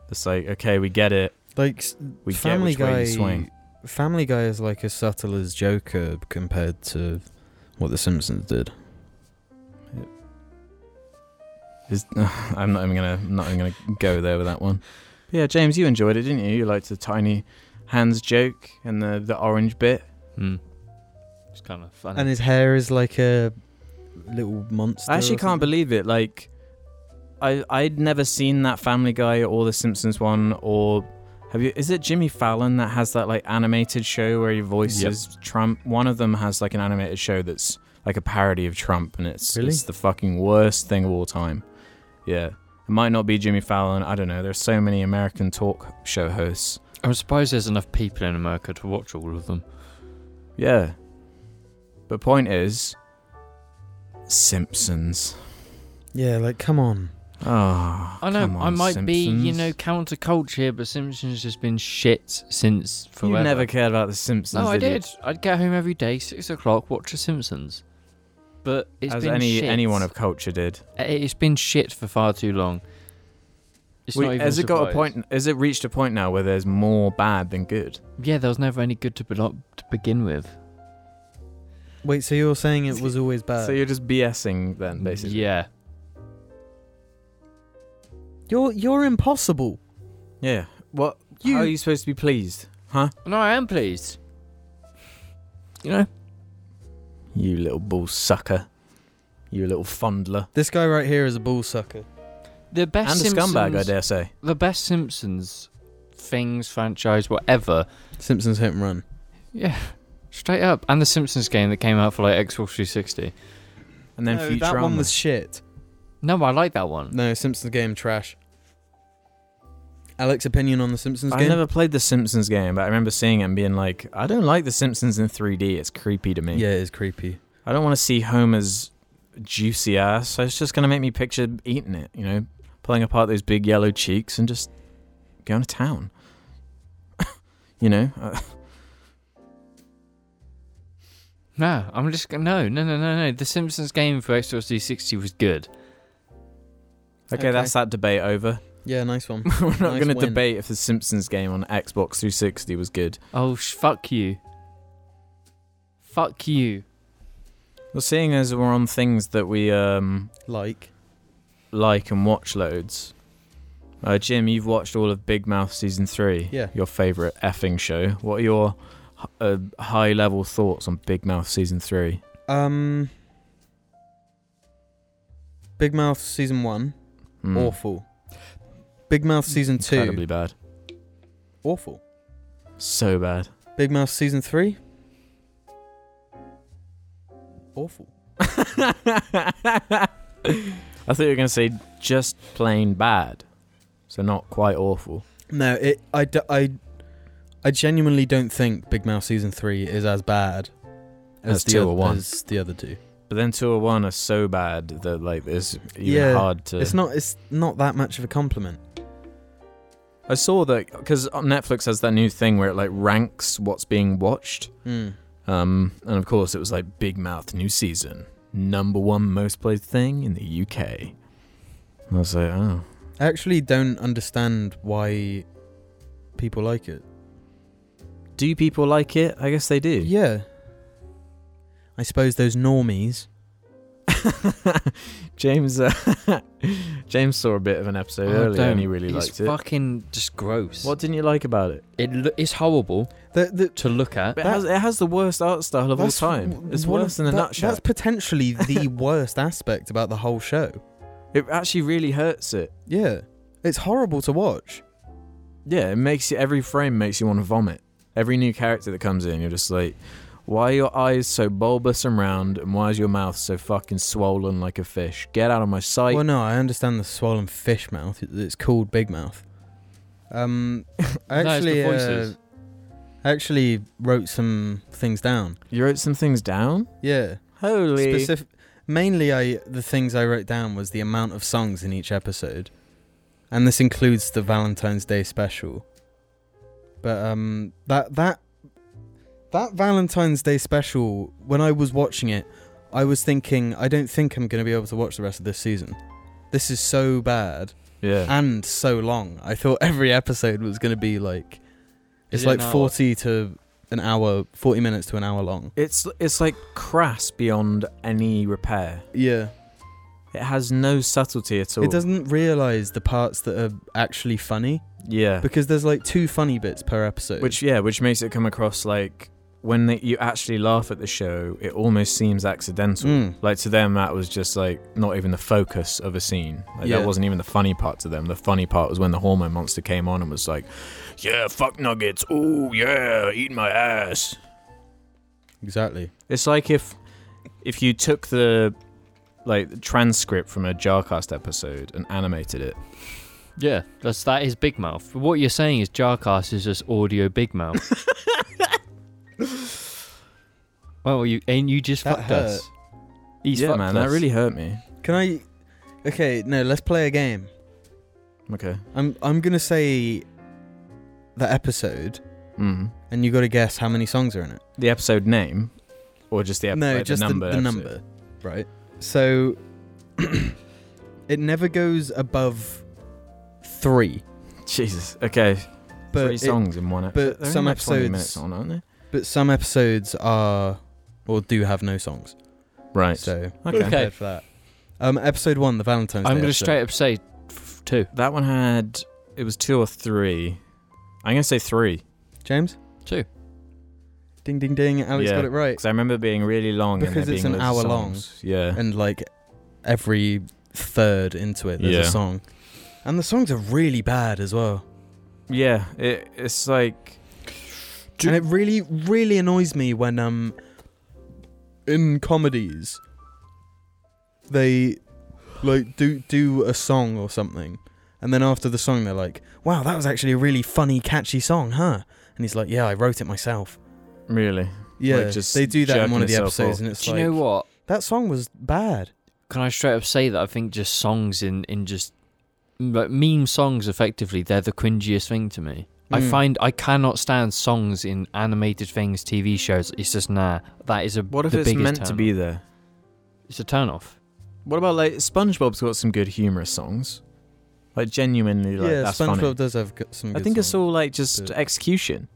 Speaker 2: It's like, okay, we get it.
Speaker 1: like s-
Speaker 2: We
Speaker 1: Family
Speaker 2: get which way
Speaker 1: Guy.
Speaker 2: you swing.
Speaker 1: Family Guy is like as subtle as Joker compared to what The Simpsons did.
Speaker 2: Is- I'm not even gonna, I'm not even gonna go there with that one. But yeah, James, you enjoyed it, didn't you? You liked the tiny hands joke and the the orange bit.
Speaker 4: Hmm. It's kind of funny.
Speaker 1: And his hair is like a little monster.
Speaker 2: I actually can't believe it. Like, I I'd never seen that Family Guy or the Simpsons one or have you? Is it Jimmy Fallon that has that like animated show where he voices Trump? One of them has like an animated show that's like a parody of Trump, and it's
Speaker 1: Really?
Speaker 2: it's the fucking worst thing of all time. Yeah, it might not be Jimmy Fallon. I don't know. There's so many American talk show hosts.
Speaker 4: I'm surprised there's enough people in America to watch all of them.
Speaker 2: Yeah, but point is, Simpsons.
Speaker 1: Yeah, like come on.
Speaker 2: Oh,
Speaker 4: I know
Speaker 2: come on,
Speaker 4: I might be, you
Speaker 2: Simpsons.
Speaker 4: know, counterculture, but Simpsons has been shit since forever.
Speaker 2: You never cared about The Simpsons.
Speaker 4: No, I
Speaker 2: did. you?
Speaker 4: did. I'd get home every day, six o'clock, watch The Simpsons. But it's
Speaker 2: As
Speaker 4: been
Speaker 2: any
Speaker 4: shit. Eh,
Speaker 2: anyone of culture did.
Speaker 4: it's been shit for far too long. It's
Speaker 2: Wait,
Speaker 4: not even
Speaker 2: has it got a
Speaker 4: surprise.
Speaker 2: point? Has it reached a point now where there's more bad than good?
Speaker 4: Yeah, there was never any good to, be- to begin with.
Speaker 1: Wait, so you're saying it was always bad?
Speaker 2: so you're just BSing then, basically.
Speaker 4: Uh, Yeah,
Speaker 1: you're you're impossible.
Speaker 2: Yeah. What?
Speaker 1: You-
Speaker 2: How are you supposed to be pleased?
Speaker 4: no, I am pleased. You know,
Speaker 2: You little bull sucker. You little fondler.
Speaker 1: This guy right here is a bull sucker.
Speaker 4: the best
Speaker 2: and
Speaker 4: Simpsons,
Speaker 2: a scumbag, I dare say.
Speaker 4: the best Simpsons things, franchise, whatever,
Speaker 1: Simpsons hit and run.
Speaker 4: Yeah, straight up. And the Simpsons game that came out for like Xbox 360.
Speaker 2: And then
Speaker 1: no,
Speaker 2: Futurama.
Speaker 1: that one was shit.
Speaker 4: No, I like that one.
Speaker 1: No, Simpsons game trash. Alex, opinion on the Simpsons
Speaker 2: I
Speaker 1: game?
Speaker 2: never played the Simpsons game, but I remember seeing it and being like, I don't like the Simpsons in 3D. It's creepy to me.
Speaker 1: Yeah, it is creepy.
Speaker 2: I don't want to see Homer's juicy ass. So it's just going to make me picture eating it, you know, pulling apart those big yellow cheeks and just going to town. you know? Uh,
Speaker 4: No, I'm just gonna no, no, no, no, no. The Simpsons game for Xbox 360 was good.
Speaker 2: okay,
Speaker 1: Okay.
Speaker 2: that's that debate over.
Speaker 1: Yeah, nice one.
Speaker 2: We're not
Speaker 1: Nice
Speaker 2: going to
Speaker 1: win.
Speaker 2: debate if the Simpsons game on Xbox 360 was good.
Speaker 4: Oh, sh- fuck you. Fuck you.
Speaker 2: Well, seeing as we're on things that we um,
Speaker 1: like,
Speaker 2: like and watch loads. Uh, Jim, you've watched all of Big Mouth season three.
Speaker 1: Yeah.
Speaker 2: Your favorite effing show. What are your h- uh, high level thoughts on Big Mouth season three?
Speaker 1: Um, Big Mouth season one,
Speaker 2: Mm,
Speaker 1: awful. Big Mouth season two,
Speaker 2: incredibly bad,
Speaker 1: awful.
Speaker 2: so bad.
Speaker 1: Big Mouth season three, awful.
Speaker 2: I thought you were gonna say just plain bad, so not quite awful.
Speaker 1: No, it. I, d- I, I genuinely don't think Big Mouth season three is as bad
Speaker 2: As two
Speaker 1: oth-
Speaker 2: or one.
Speaker 1: As the other two.
Speaker 2: But then two or one are so bad that like it's even
Speaker 1: Yeah,
Speaker 2: hard to.
Speaker 1: It's not. It's not that much of a compliment.
Speaker 2: I saw that because Netflix has that new thing where it like ranks what's being watched.
Speaker 1: Mm.
Speaker 2: Um, and of course, it was like Big Mouth new season, number one most played thing in the UK. And I was like, oh,
Speaker 1: I actually don't understand why people like it.
Speaker 2: do people like it? I guess they do.
Speaker 1: Yeah. I suppose those normies.
Speaker 2: James, uh, James saw a bit of an episode earlier and he really
Speaker 4: Oh, it's
Speaker 2: liked it.
Speaker 4: fucking just gross.
Speaker 2: What didn't you like about it?
Speaker 4: It lo- it's horrible
Speaker 1: The, the,
Speaker 4: to look at.
Speaker 2: But it, has, it has the worst art style of all
Speaker 1: That's
Speaker 2: time.
Speaker 1: w-
Speaker 2: It's
Speaker 1: one
Speaker 2: worse
Speaker 1: of-
Speaker 2: than a
Speaker 1: that-
Speaker 2: nutshot.
Speaker 1: That's potentially the worst aspect about the whole show.
Speaker 2: It actually really hurts it.
Speaker 1: Yeah. It's horrible to watch.
Speaker 2: Yeah, it makes you every frame makes you want to vomit. Every new character that comes in, you're just like, why are your eyes so bulbous and round, and why is your mouth so fucking swollen like a fish? Get out of my sight.
Speaker 1: well, no, I understand the swollen fish mouth. It- It's called Big Mouth. Um, I
Speaker 4: No, it's the
Speaker 1: actually, uh,
Speaker 4: voices.
Speaker 1: I actually wrote some things down.
Speaker 2: You wrote some things down.
Speaker 1: Yeah.
Speaker 2: Holy.
Speaker 1: Specific. Mainly, I the things I wrote down was the amount of songs in each episode, and this includes the Valentine's Day special. But um, that that that Valentine's Day special, when I was watching it, I was thinking, I don't think I'm going to be able to watch the rest of this season. This is so bad
Speaker 2: yeah.
Speaker 1: and so long. I thought every episode was going to be like,
Speaker 4: Is
Speaker 1: it's
Speaker 4: it
Speaker 1: like
Speaker 4: an hour?
Speaker 1: forty to an hour, forty minutes to an hour long.
Speaker 2: It's it's like crass beyond any repair.
Speaker 1: Yeah.
Speaker 2: It has no subtlety at all.
Speaker 1: It doesn't realize the parts that are actually funny
Speaker 2: Yeah.
Speaker 1: because there's like two funny bits per episode.
Speaker 2: Which yeah, which makes it come across like when they, you actually laugh at the show, it almost seems accidental.
Speaker 1: Mm.
Speaker 2: Like to them, that was just like not even the focus of a scene. Like
Speaker 1: Yeah.
Speaker 2: that wasn't even the funny part to them. The funny part was when the hormone monster came on and was like, "Yeah, fuck nuggets. Ooh, yeah, eat my ass."
Speaker 1: exactly.
Speaker 2: It's like if if you took the like the transcript from a Jarcast episode and animated it.
Speaker 4: Yeah, that's that is Big Mouth. What you're saying is Jarcast is just audio Big Mouth. well, you and you just
Speaker 1: That
Speaker 4: fucked
Speaker 1: hurt.
Speaker 4: us. He's
Speaker 2: yeah,
Speaker 4: fucked
Speaker 2: man,
Speaker 4: us.
Speaker 2: that really hurt me.
Speaker 1: Can I? Okay, no. Let's play a game.
Speaker 2: Okay.
Speaker 1: I'm I'm gonna say the episode,
Speaker 2: Mm.
Speaker 1: and you got to guess how many songs are in it.
Speaker 2: The episode name, or just the ep-
Speaker 1: no,
Speaker 2: like,
Speaker 1: just
Speaker 2: the
Speaker 1: the,
Speaker 2: number.
Speaker 1: the,
Speaker 2: episode?
Speaker 1: number, right? So it never goes above three,
Speaker 2: Jesus. Okay.
Speaker 1: but
Speaker 2: Three
Speaker 1: it-
Speaker 2: songs in one.
Speaker 1: but
Speaker 2: episode. They're
Speaker 1: some
Speaker 2: only like 20
Speaker 1: episodes-
Speaker 2: minutes on, aren't they?
Speaker 1: but some episodes are or do have no songs.
Speaker 2: Right.
Speaker 1: So
Speaker 2: okay.
Speaker 4: Okay.
Speaker 1: prepared for that. Um, episode one, the Valentine's.
Speaker 4: I'm
Speaker 1: Day
Speaker 4: gonna
Speaker 1: episode.
Speaker 4: straight up say f- two.
Speaker 2: That one had it was two or three. I'm gonna say three
Speaker 1: James.
Speaker 4: Two.
Speaker 1: Ding ding ding. Alex
Speaker 2: Yeah.
Speaker 1: got it right.
Speaker 2: because I remember it being really long. and
Speaker 1: Because
Speaker 2: there
Speaker 1: it's
Speaker 2: being
Speaker 1: an
Speaker 2: loads of
Speaker 1: hour long.
Speaker 2: songs. Yeah.
Speaker 1: And like every third into it, there's
Speaker 2: Yeah.
Speaker 1: a song, and the songs are really bad as well.
Speaker 2: Yeah. It, it's like Do-
Speaker 1: and it really, really annoys me when um in comedies they like do do a song or something, and then after the song they're like, "Wow, that was actually a really funny, catchy song, huh?" And he's like, "Yeah, I wrote it myself."
Speaker 2: really.
Speaker 1: Yeah,
Speaker 2: just
Speaker 1: they do that in one of the
Speaker 2: jerking yourself
Speaker 1: episodes,
Speaker 2: off.
Speaker 1: and it's
Speaker 4: Do you
Speaker 1: like
Speaker 4: know what?
Speaker 1: that song was bad.
Speaker 4: Can I straight up say that I think just songs in in just like meme songs effectively they're the cringiest thing to me. I
Speaker 1: Mm.
Speaker 4: find I cannot stand songs in animated things, TV shows. It's just nah. That is a
Speaker 2: What if
Speaker 4: the
Speaker 2: it's
Speaker 4: biggest
Speaker 2: meant to
Speaker 4: turn
Speaker 2: be
Speaker 4: off.
Speaker 2: there?
Speaker 4: It's a turn off.
Speaker 2: What about like SpongeBob's got some good humorous songs, like genuinely like
Speaker 1: yeah,
Speaker 2: that's
Speaker 1: SpongeBob
Speaker 2: funny.
Speaker 1: does have g- some.
Speaker 2: I
Speaker 1: good
Speaker 2: think it's
Speaker 1: songs.
Speaker 2: all like just
Speaker 1: Good.
Speaker 2: execution.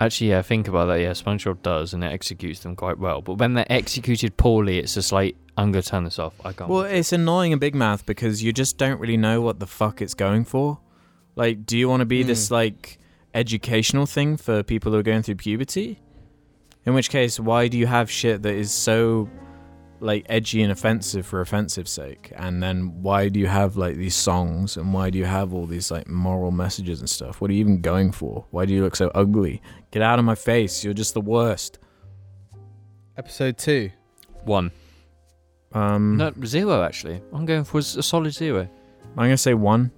Speaker 4: Actually, yeah, think about that. Yeah, SpongeBob does, and it executes them quite well. But when they're executed poorly, it's just like I'm gonna turn this off. I can't.
Speaker 2: Well, it's annoying in Big Mouth because you just don't really know what the fuck it's going for. Like, do you want to be this
Speaker 1: Mm.
Speaker 2: like educational thing for people who are going through puberty, In which case, why do you have shit that is so like edgy and offensive for offensive sake? And then why do you have like these songs and why do you have all these like moral messages and stuff? What are you even going for? Why do you look so ugly? Get out of my face. You're just the worst.
Speaker 1: Episode two.
Speaker 4: One.
Speaker 1: mm.
Speaker 2: Um
Speaker 4: No, zero actually. I'm going for a s- a solid zero.
Speaker 2: I'm going to say 1.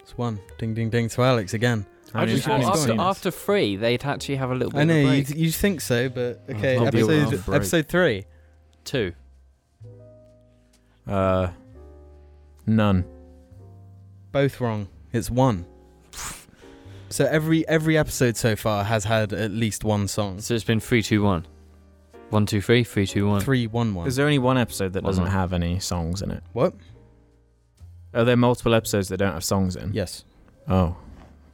Speaker 1: It's one. Ding, ding, ding to Alex again.
Speaker 4: I,
Speaker 1: did-
Speaker 4: just
Speaker 1: how
Speaker 4: thought
Speaker 1: did you
Speaker 4: after,
Speaker 1: score?
Speaker 4: after three, they'd actually have a little bit
Speaker 1: I know
Speaker 4: of a
Speaker 1: you,
Speaker 4: break.
Speaker 1: you think so, but
Speaker 2: Oh,
Speaker 1: okay.
Speaker 2: I'll be around
Speaker 1: Episode
Speaker 2: for
Speaker 1: episode three.
Speaker 4: Two.
Speaker 2: Uh none.
Speaker 1: Both wrong. It's one. So every every episode so far has had at least one song.
Speaker 4: Mm-hmm. So it's been three, two, one. One, two, three, three, two, one.
Speaker 1: Three, one, one.
Speaker 2: Is there only one episode that
Speaker 4: One
Speaker 2: doesn't
Speaker 4: more.
Speaker 2: have any songs in it?
Speaker 1: What?
Speaker 2: Are there multiple episodes that don't have songs in?
Speaker 1: Yes.
Speaker 2: Oh.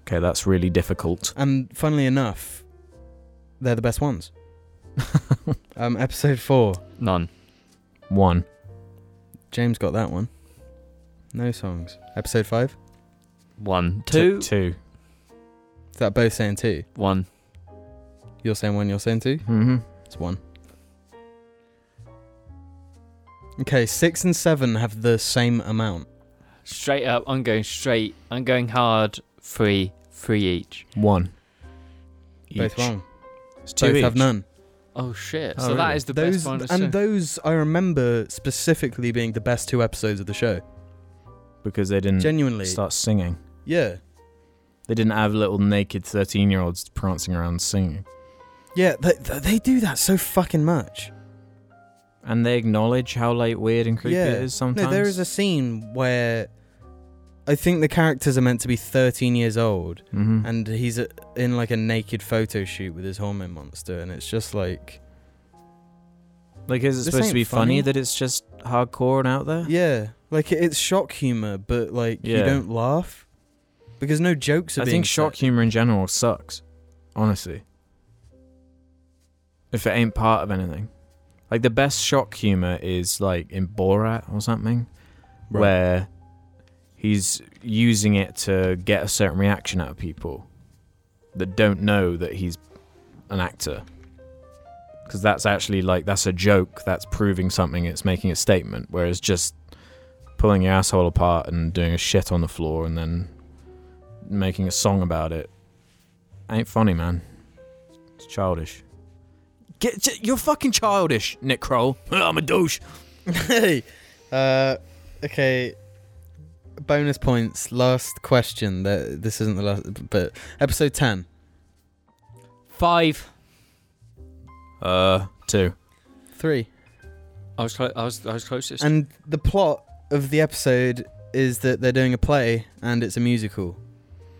Speaker 2: Okay, that's really difficult.
Speaker 1: And funnily enough, they're the best ones. Um, episode four.
Speaker 4: None.
Speaker 2: One.
Speaker 1: James got that one. No songs. Episode five.
Speaker 4: One.
Speaker 2: T-
Speaker 4: Two.
Speaker 2: two.
Speaker 1: Is that both saying two?
Speaker 4: One.
Speaker 1: You're saying one. You're saying two.
Speaker 2: Mm-hmm.
Speaker 1: It's one. Okay, six and seven have the same amount.
Speaker 4: Straight up. I'm going straight. I'm going hard. Three. Three each.
Speaker 2: One.
Speaker 1: Both
Speaker 2: Each.
Speaker 1: wrong.
Speaker 2: It's two
Speaker 1: both
Speaker 2: each.
Speaker 1: have none.
Speaker 4: Oh shit.
Speaker 2: Oh,
Speaker 4: so
Speaker 2: really?
Speaker 4: that is the
Speaker 1: those
Speaker 4: best one. I've seen.
Speaker 1: and those I remember specifically being the best two episodes of the show.
Speaker 2: Because they
Speaker 4: Hmm.
Speaker 2: didn't
Speaker 1: Genuinely,
Speaker 2: start singing.
Speaker 1: yeah,
Speaker 2: They didn't have little naked 13 year olds prancing around singing.
Speaker 1: yeah. They, they they do that so fucking much.
Speaker 2: And they acknowledge how like weird and creepy
Speaker 1: Yeah.
Speaker 2: it is sometimes.
Speaker 1: No, there is a scene where I think the characters are meant to be 13 years old,
Speaker 2: Mhm.
Speaker 1: and he's uh, in like a naked photo shoot with his hormone monster, and it's just like,
Speaker 2: like, is it
Speaker 1: this
Speaker 2: supposed
Speaker 1: ain't
Speaker 2: to be funny,
Speaker 1: funny.
Speaker 2: that it's just hardcore and out there?
Speaker 1: yeah, like it- it's shock humor, but like you
Speaker 2: Yeah.
Speaker 1: don't laugh because no jokes are
Speaker 2: I
Speaker 1: being.
Speaker 2: think shock
Speaker 1: said.
Speaker 2: humor in general sucks. Honestly. If it ain't part of anything. Like the best shock humor is like in Borat or something
Speaker 1: Right.
Speaker 2: where he's using it to get a certain reaction out of people that don't know that he's an actor. Cuz that's actually like that's a joke, that's proving something, it's making a statement whereas just pulling your asshole apart and doing a shit on the floor and then making a song about it ain't funny, man. It's childish. Get j- you're fucking childish, Nick Kroll. I'm a douche.
Speaker 1: hey, uh, okay. Bonus points. Last question. That this isn't the last, but episode ten.
Speaker 4: Five.
Speaker 2: Uh, two.
Speaker 1: Three.
Speaker 4: I was. Clo- I was. I was closest.
Speaker 1: And the plot of the episode is that they're doing a play and it's a musical.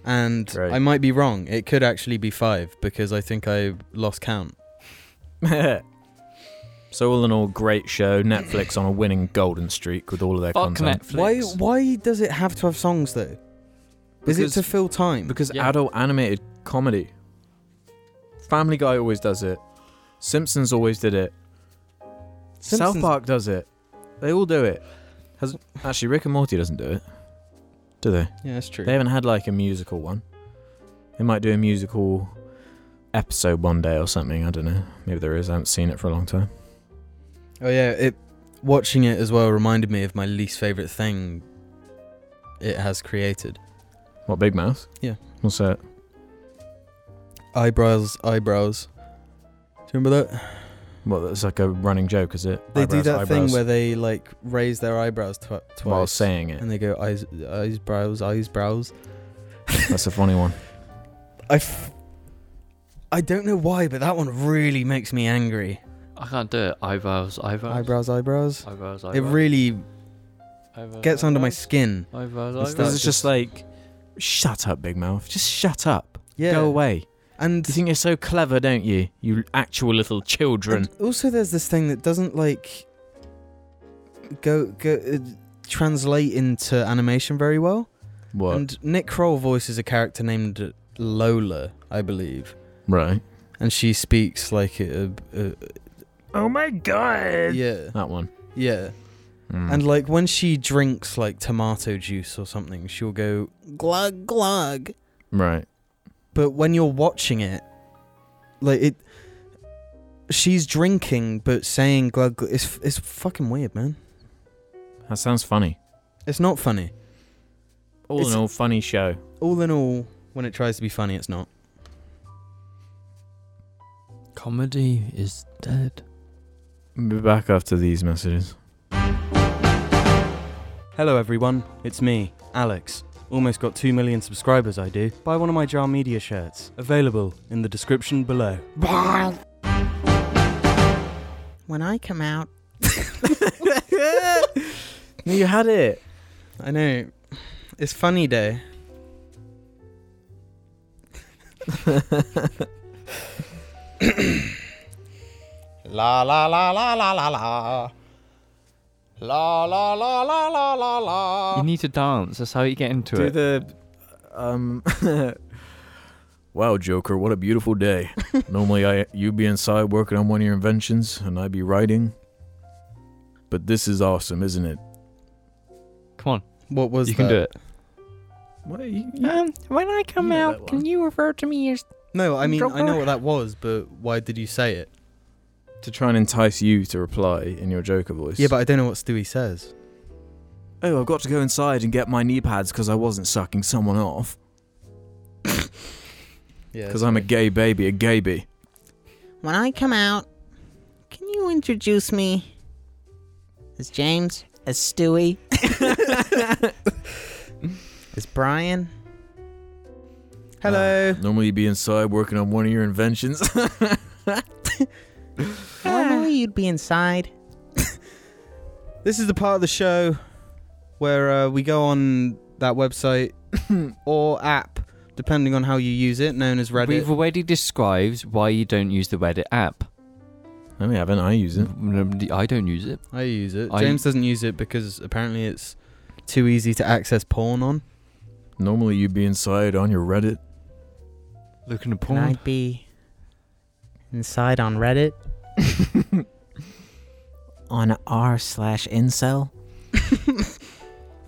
Speaker 1: And
Speaker 2: Great.
Speaker 1: I might be wrong. It could actually be five because I think I lost count.
Speaker 2: so all in all, great show. Netflix on a winning golden streak with all of their
Speaker 4: Fuck
Speaker 2: content.
Speaker 4: Netflix.
Speaker 1: Why? Why does it have to have songs though? Is it
Speaker 2: Because-
Speaker 1: to fill time?
Speaker 2: Because
Speaker 4: Yeah.
Speaker 2: adult animated comedy. Family Guy always does it. Simpsons always did it. South
Speaker 1: Simpsons-
Speaker 2: Park does it. They all do it. Has actually Rick and Morty doesn't do it. Do they?
Speaker 1: yeah, that's true.
Speaker 2: They haven't had like a musical one. They might do a musical episode one day or something. I don't know. Maybe there is. I haven't seen it for a long time.
Speaker 1: Oh yeah, it watching it as well reminded me of my least favorite thing it has created.
Speaker 2: What Big Mouth?
Speaker 1: Yeah.
Speaker 2: What's that?
Speaker 1: Eyebrows, eyebrows. Do you remember that?
Speaker 2: Well, that's like a running joke, is it?
Speaker 1: They do
Speaker 2: Eyebrows,
Speaker 1: that thing
Speaker 2: eyebrows,
Speaker 1: where they like raise their eyebrows tw- twice
Speaker 2: while saying it.
Speaker 1: and they go eyes, eyes, brows, eyes, brows.
Speaker 2: That's a funny one.
Speaker 1: I, f- I don't know why, but that one really makes me angry.
Speaker 4: I can't do it. Eyebrows. Eyebrows.
Speaker 1: Eyebrows, eyebrows.
Speaker 4: Eyebrows.
Speaker 1: It
Speaker 4: Eyebrows.
Speaker 1: really
Speaker 4: eyebrows,
Speaker 1: gets under my
Speaker 4: eyebrows,
Speaker 1: skin.
Speaker 4: Eyebrows.
Speaker 1: It's
Speaker 4: Eyebrows.
Speaker 1: that-
Speaker 2: Because it's just like, shut up, Big Mouth. Just shut up.
Speaker 1: Yeah.
Speaker 2: Go away.
Speaker 1: And
Speaker 2: You think you're so clever, don't you? You actual little children.
Speaker 1: And also, there's this thing that doesn't like go go uh, translate into animation very well.
Speaker 2: what?
Speaker 1: And Nick Kroll voices a character named Lola, I believe,
Speaker 2: right.
Speaker 1: and she speaks like a, a,
Speaker 5: Oh my god!
Speaker 1: yeah
Speaker 2: That one.
Speaker 1: yeah.
Speaker 2: Mm.
Speaker 1: And like when she drinks like tomato juice or something, she'll go glug glug.
Speaker 2: right.
Speaker 1: But when you're watching it, like it, she's drinking but saying glug glug. It's it's fucking weird, man.
Speaker 2: That sounds funny.
Speaker 1: It's not funny.
Speaker 2: All
Speaker 1: It's-
Speaker 2: in all, funny show.
Speaker 1: All in all, when it tries to be funny, it's not.
Speaker 4: Comedy is dead.
Speaker 2: Be back after these messages.
Speaker 1: Hello, everyone. It's me, Alex. Almost got 2 million subscribers, I do. Buy one of my Jar Media shirts. Available in the description below.
Speaker 3: When I come out,
Speaker 2: you had it.
Speaker 1: I know. It's funny day.
Speaker 6: La la la la la la la. La la la la la la la.
Speaker 4: You need to dance. That's how you get into
Speaker 2: Do
Speaker 4: it.
Speaker 2: the. Um. wow, Joker, what a beautiful day. Normally, I you'd be inside working on one of your inventions, and I'd be writing. But this is awesome, isn't it?
Speaker 4: Come on,
Speaker 1: What was
Speaker 4: you can
Speaker 1: that?
Speaker 4: do it.
Speaker 2: What, you,
Speaker 3: um, when I come
Speaker 2: You know
Speaker 3: out,
Speaker 2: that
Speaker 3: can
Speaker 2: one.
Speaker 3: you refer to me as?
Speaker 1: No, I mean, I know
Speaker 3: Joker.
Speaker 1: what that was, but why did you say it?
Speaker 2: to try and entice you to reply in your Joker voice.
Speaker 1: Yeah, but I don't know what Stewie says.
Speaker 2: oh, I've got to go inside and get my knee pads because I wasn't sucking someone off
Speaker 1: Yeah.
Speaker 2: because I'm a gay baby, a gayby.
Speaker 3: When I come out, can you introduce me as James, as Stewie,
Speaker 1: It's Brian. Hello.
Speaker 2: Normally, you'd be inside working on one of your inventions.
Speaker 3: Normally you'd be inside.
Speaker 1: Ah. This is the part of the show where uh, we go on that website or app, depending on how you use it, known as Reddit.
Speaker 4: We've already described why you don't use the Reddit app.
Speaker 2: no, we haven't. I use it.
Speaker 4: Nobody- I don't use it.
Speaker 1: I use it.
Speaker 4: I-
Speaker 1: James doesn't use it because apparently it's too easy to access porn on.
Speaker 2: Normally, you'd be inside on your Reddit.
Speaker 4: Looking at
Speaker 3: Can I be inside on Reddit?
Speaker 5: on r slash incel.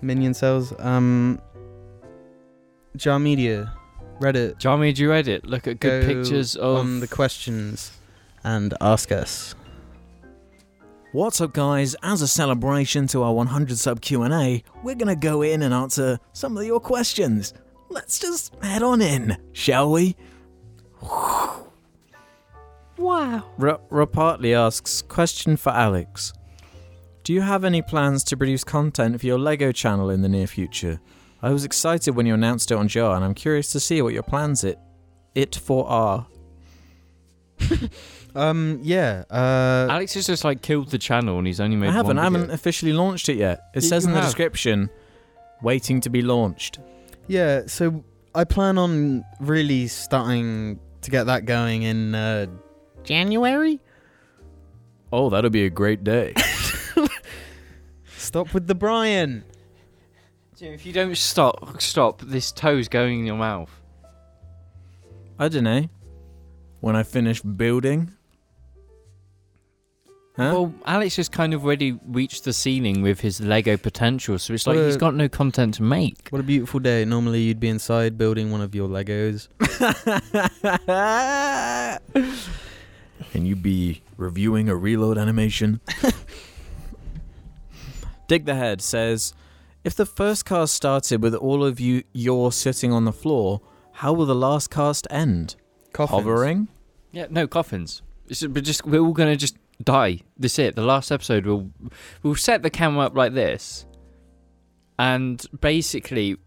Speaker 1: Minion cells. Um, Jar Media, Reddit.
Speaker 4: Jamie, do you Reddit? Look at good
Speaker 1: Go
Speaker 4: pictures of
Speaker 1: on the questions and ask us.
Speaker 5: What's up, guys? As a celebration to our 100 sub Q and A, we're gonna go in and answer some of your questions. Let's just head on in, shall we?
Speaker 3: Wow.
Speaker 5: R- Rapartly asks question for Alex. Do you have any plans to produce content for your Lego channel in the near future? I was excited when you announced it on Jar, and I'm curious to see what your plans it it for are.
Speaker 1: Um, yeah. Uh,
Speaker 4: Alex has just like killed the channel and he's only made
Speaker 5: I haven't.
Speaker 4: one
Speaker 5: I
Speaker 4: video.
Speaker 5: haven't officially launched it yet. It
Speaker 4: You-
Speaker 5: says
Speaker 4: you
Speaker 5: in the
Speaker 4: have.
Speaker 5: description, waiting to be launched.
Speaker 1: yeah. So I plan on really starting to get that going in uh, January.
Speaker 2: Oh, that'll be a great day.
Speaker 1: Stop with the Brian.
Speaker 4: Jim, if you don't stop, stop, this toe's going in your mouth.
Speaker 5: I don't know.
Speaker 2: when I finish building. Huh?
Speaker 4: Well, Alex has kind of already reached the ceiling with his Lego potential, so it's like
Speaker 1: Well,
Speaker 4: he's got no content to make.
Speaker 1: What a beautiful day. Normally you'd be inside building one of your Legos.
Speaker 2: and you be reviewing a reload animation.
Speaker 5: Dig the Head says, if the first cast started with all of you you're sitting on the floor, how will the last cast end?
Speaker 1: Coffins.
Speaker 5: Hovering?
Speaker 4: Yeah, no coffins. It's, we're just we're all gonna just die. That's it. The last episode will we'll set the camera up like this, and basically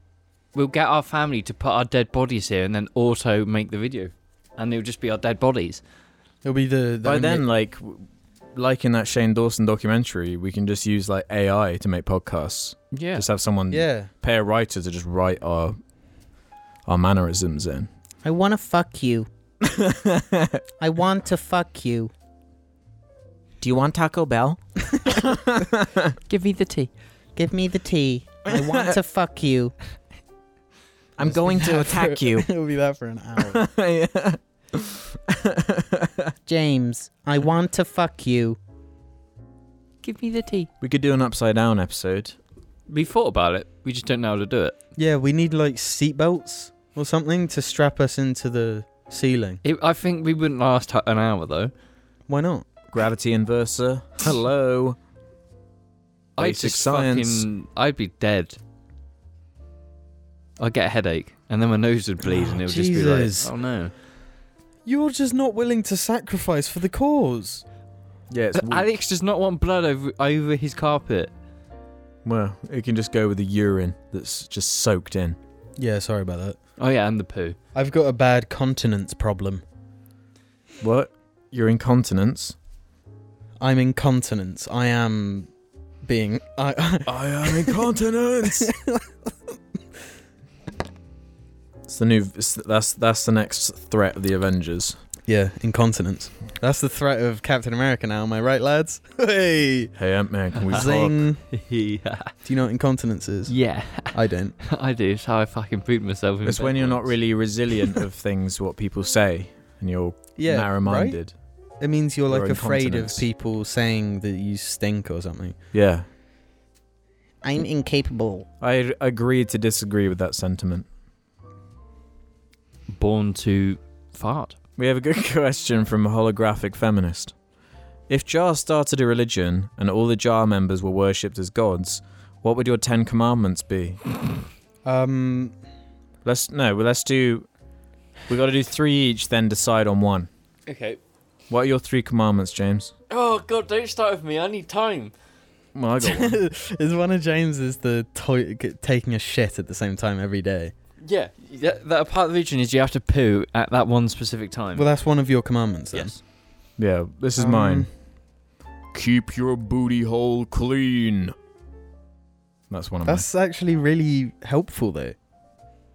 Speaker 4: we'll get our family to put our dead bodies here and then auto make the video, and they'll just be our dead bodies.
Speaker 1: It'll be the, the
Speaker 2: By
Speaker 1: only-
Speaker 2: then, like, w- like in that Shane Dawson documentary, we can just use like AI to make podcasts.
Speaker 4: Yeah.
Speaker 2: Just have someone
Speaker 1: Yeah.
Speaker 2: pay a writer to just write our our mannerisms in.
Speaker 3: I want to fuck you. I want to fuck you.
Speaker 5: Do you want Taco Bell?
Speaker 4: Give me the tea.
Speaker 3: Give me the tea. I want to fuck you.
Speaker 5: I'm going to attack you.
Speaker 1: It'll be that for an hour.
Speaker 5: Yeah.
Speaker 3: James, I want to fuck you.
Speaker 4: Give me the tea.
Speaker 5: we could do an upside down episode.
Speaker 4: We thought about it. We just don't know how to do it.
Speaker 1: yeah, we need like seatbelts or something to strap us into the ceiling.
Speaker 4: it I think we wouldn't last h- an hour though.
Speaker 1: Why not?
Speaker 2: Gravity inverser. Hello.
Speaker 4: I
Speaker 2: Basic
Speaker 4: just
Speaker 2: science.
Speaker 4: fucking. I'd be dead. I'd get a headache, and then my nose would bleed, and it would
Speaker 1: Jesus.
Speaker 4: just be like, oh no.
Speaker 1: You're just not willing to sacrifice for the cause.
Speaker 2: Yeah, it's weak.
Speaker 4: Alex does not want blood over over his carpet.
Speaker 2: Well, it can just go with the urine that's just soaked in.
Speaker 1: Yeah, sorry about that.
Speaker 4: Oh yeah, and the poo.
Speaker 1: I've got a bad continence problem.
Speaker 2: What? Your incontinence?
Speaker 1: I'm incontinence. I am being. I,
Speaker 2: I am incontinent. it's the new. It's, that's that's the next threat of the Avengers.
Speaker 1: yeah, incontinence. That's the threat of Captain America now. Am I right, lads? Hey,
Speaker 2: Hey, Ant Man, can we talk?
Speaker 1: zing.
Speaker 4: yeah.
Speaker 1: Do you know what incontinence is?
Speaker 4: yeah,
Speaker 1: I don't.
Speaker 4: I do. It's how I fucking boot myself. in
Speaker 2: It's
Speaker 4: bed
Speaker 2: when you're not
Speaker 4: once.
Speaker 2: really resilient of things, what people say, and you're
Speaker 1: Yeah, right?
Speaker 2: narrow-minded.
Speaker 1: It means you're
Speaker 2: Or
Speaker 1: like afraid of
Speaker 2: incontinence.
Speaker 1: people saying that you stink or something.
Speaker 2: Yeah,
Speaker 3: I'm incapable.
Speaker 2: I agree to disagree with that sentiment.
Speaker 4: born to fart.
Speaker 2: We have a good question from a holographic feminist. If Jar started a religion and all the Jar members were worshipped as gods, what would your Ten Commandments be?
Speaker 1: Um,
Speaker 2: Let's no, well, let's do. We got to do three each, then decide on one.
Speaker 4: Okay.
Speaker 2: What are your three commandments, James?
Speaker 4: Oh god, don't start with me. I need time.
Speaker 2: Well, I got one.
Speaker 1: is one of James's the to- g- taking a shit at the same time every day?
Speaker 4: Yeah, that, that part of the region is you have to poo at that one specific time.
Speaker 1: Well, that's one of your commandments. Then.
Speaker 4: Mm. yes.
Speaker 2: yeah, this is
Speaker 1: Um,
Speaker 2: mine. Keep your booty hole clean. That's one of mine.
Speaker 1: That's actually really helpful, though.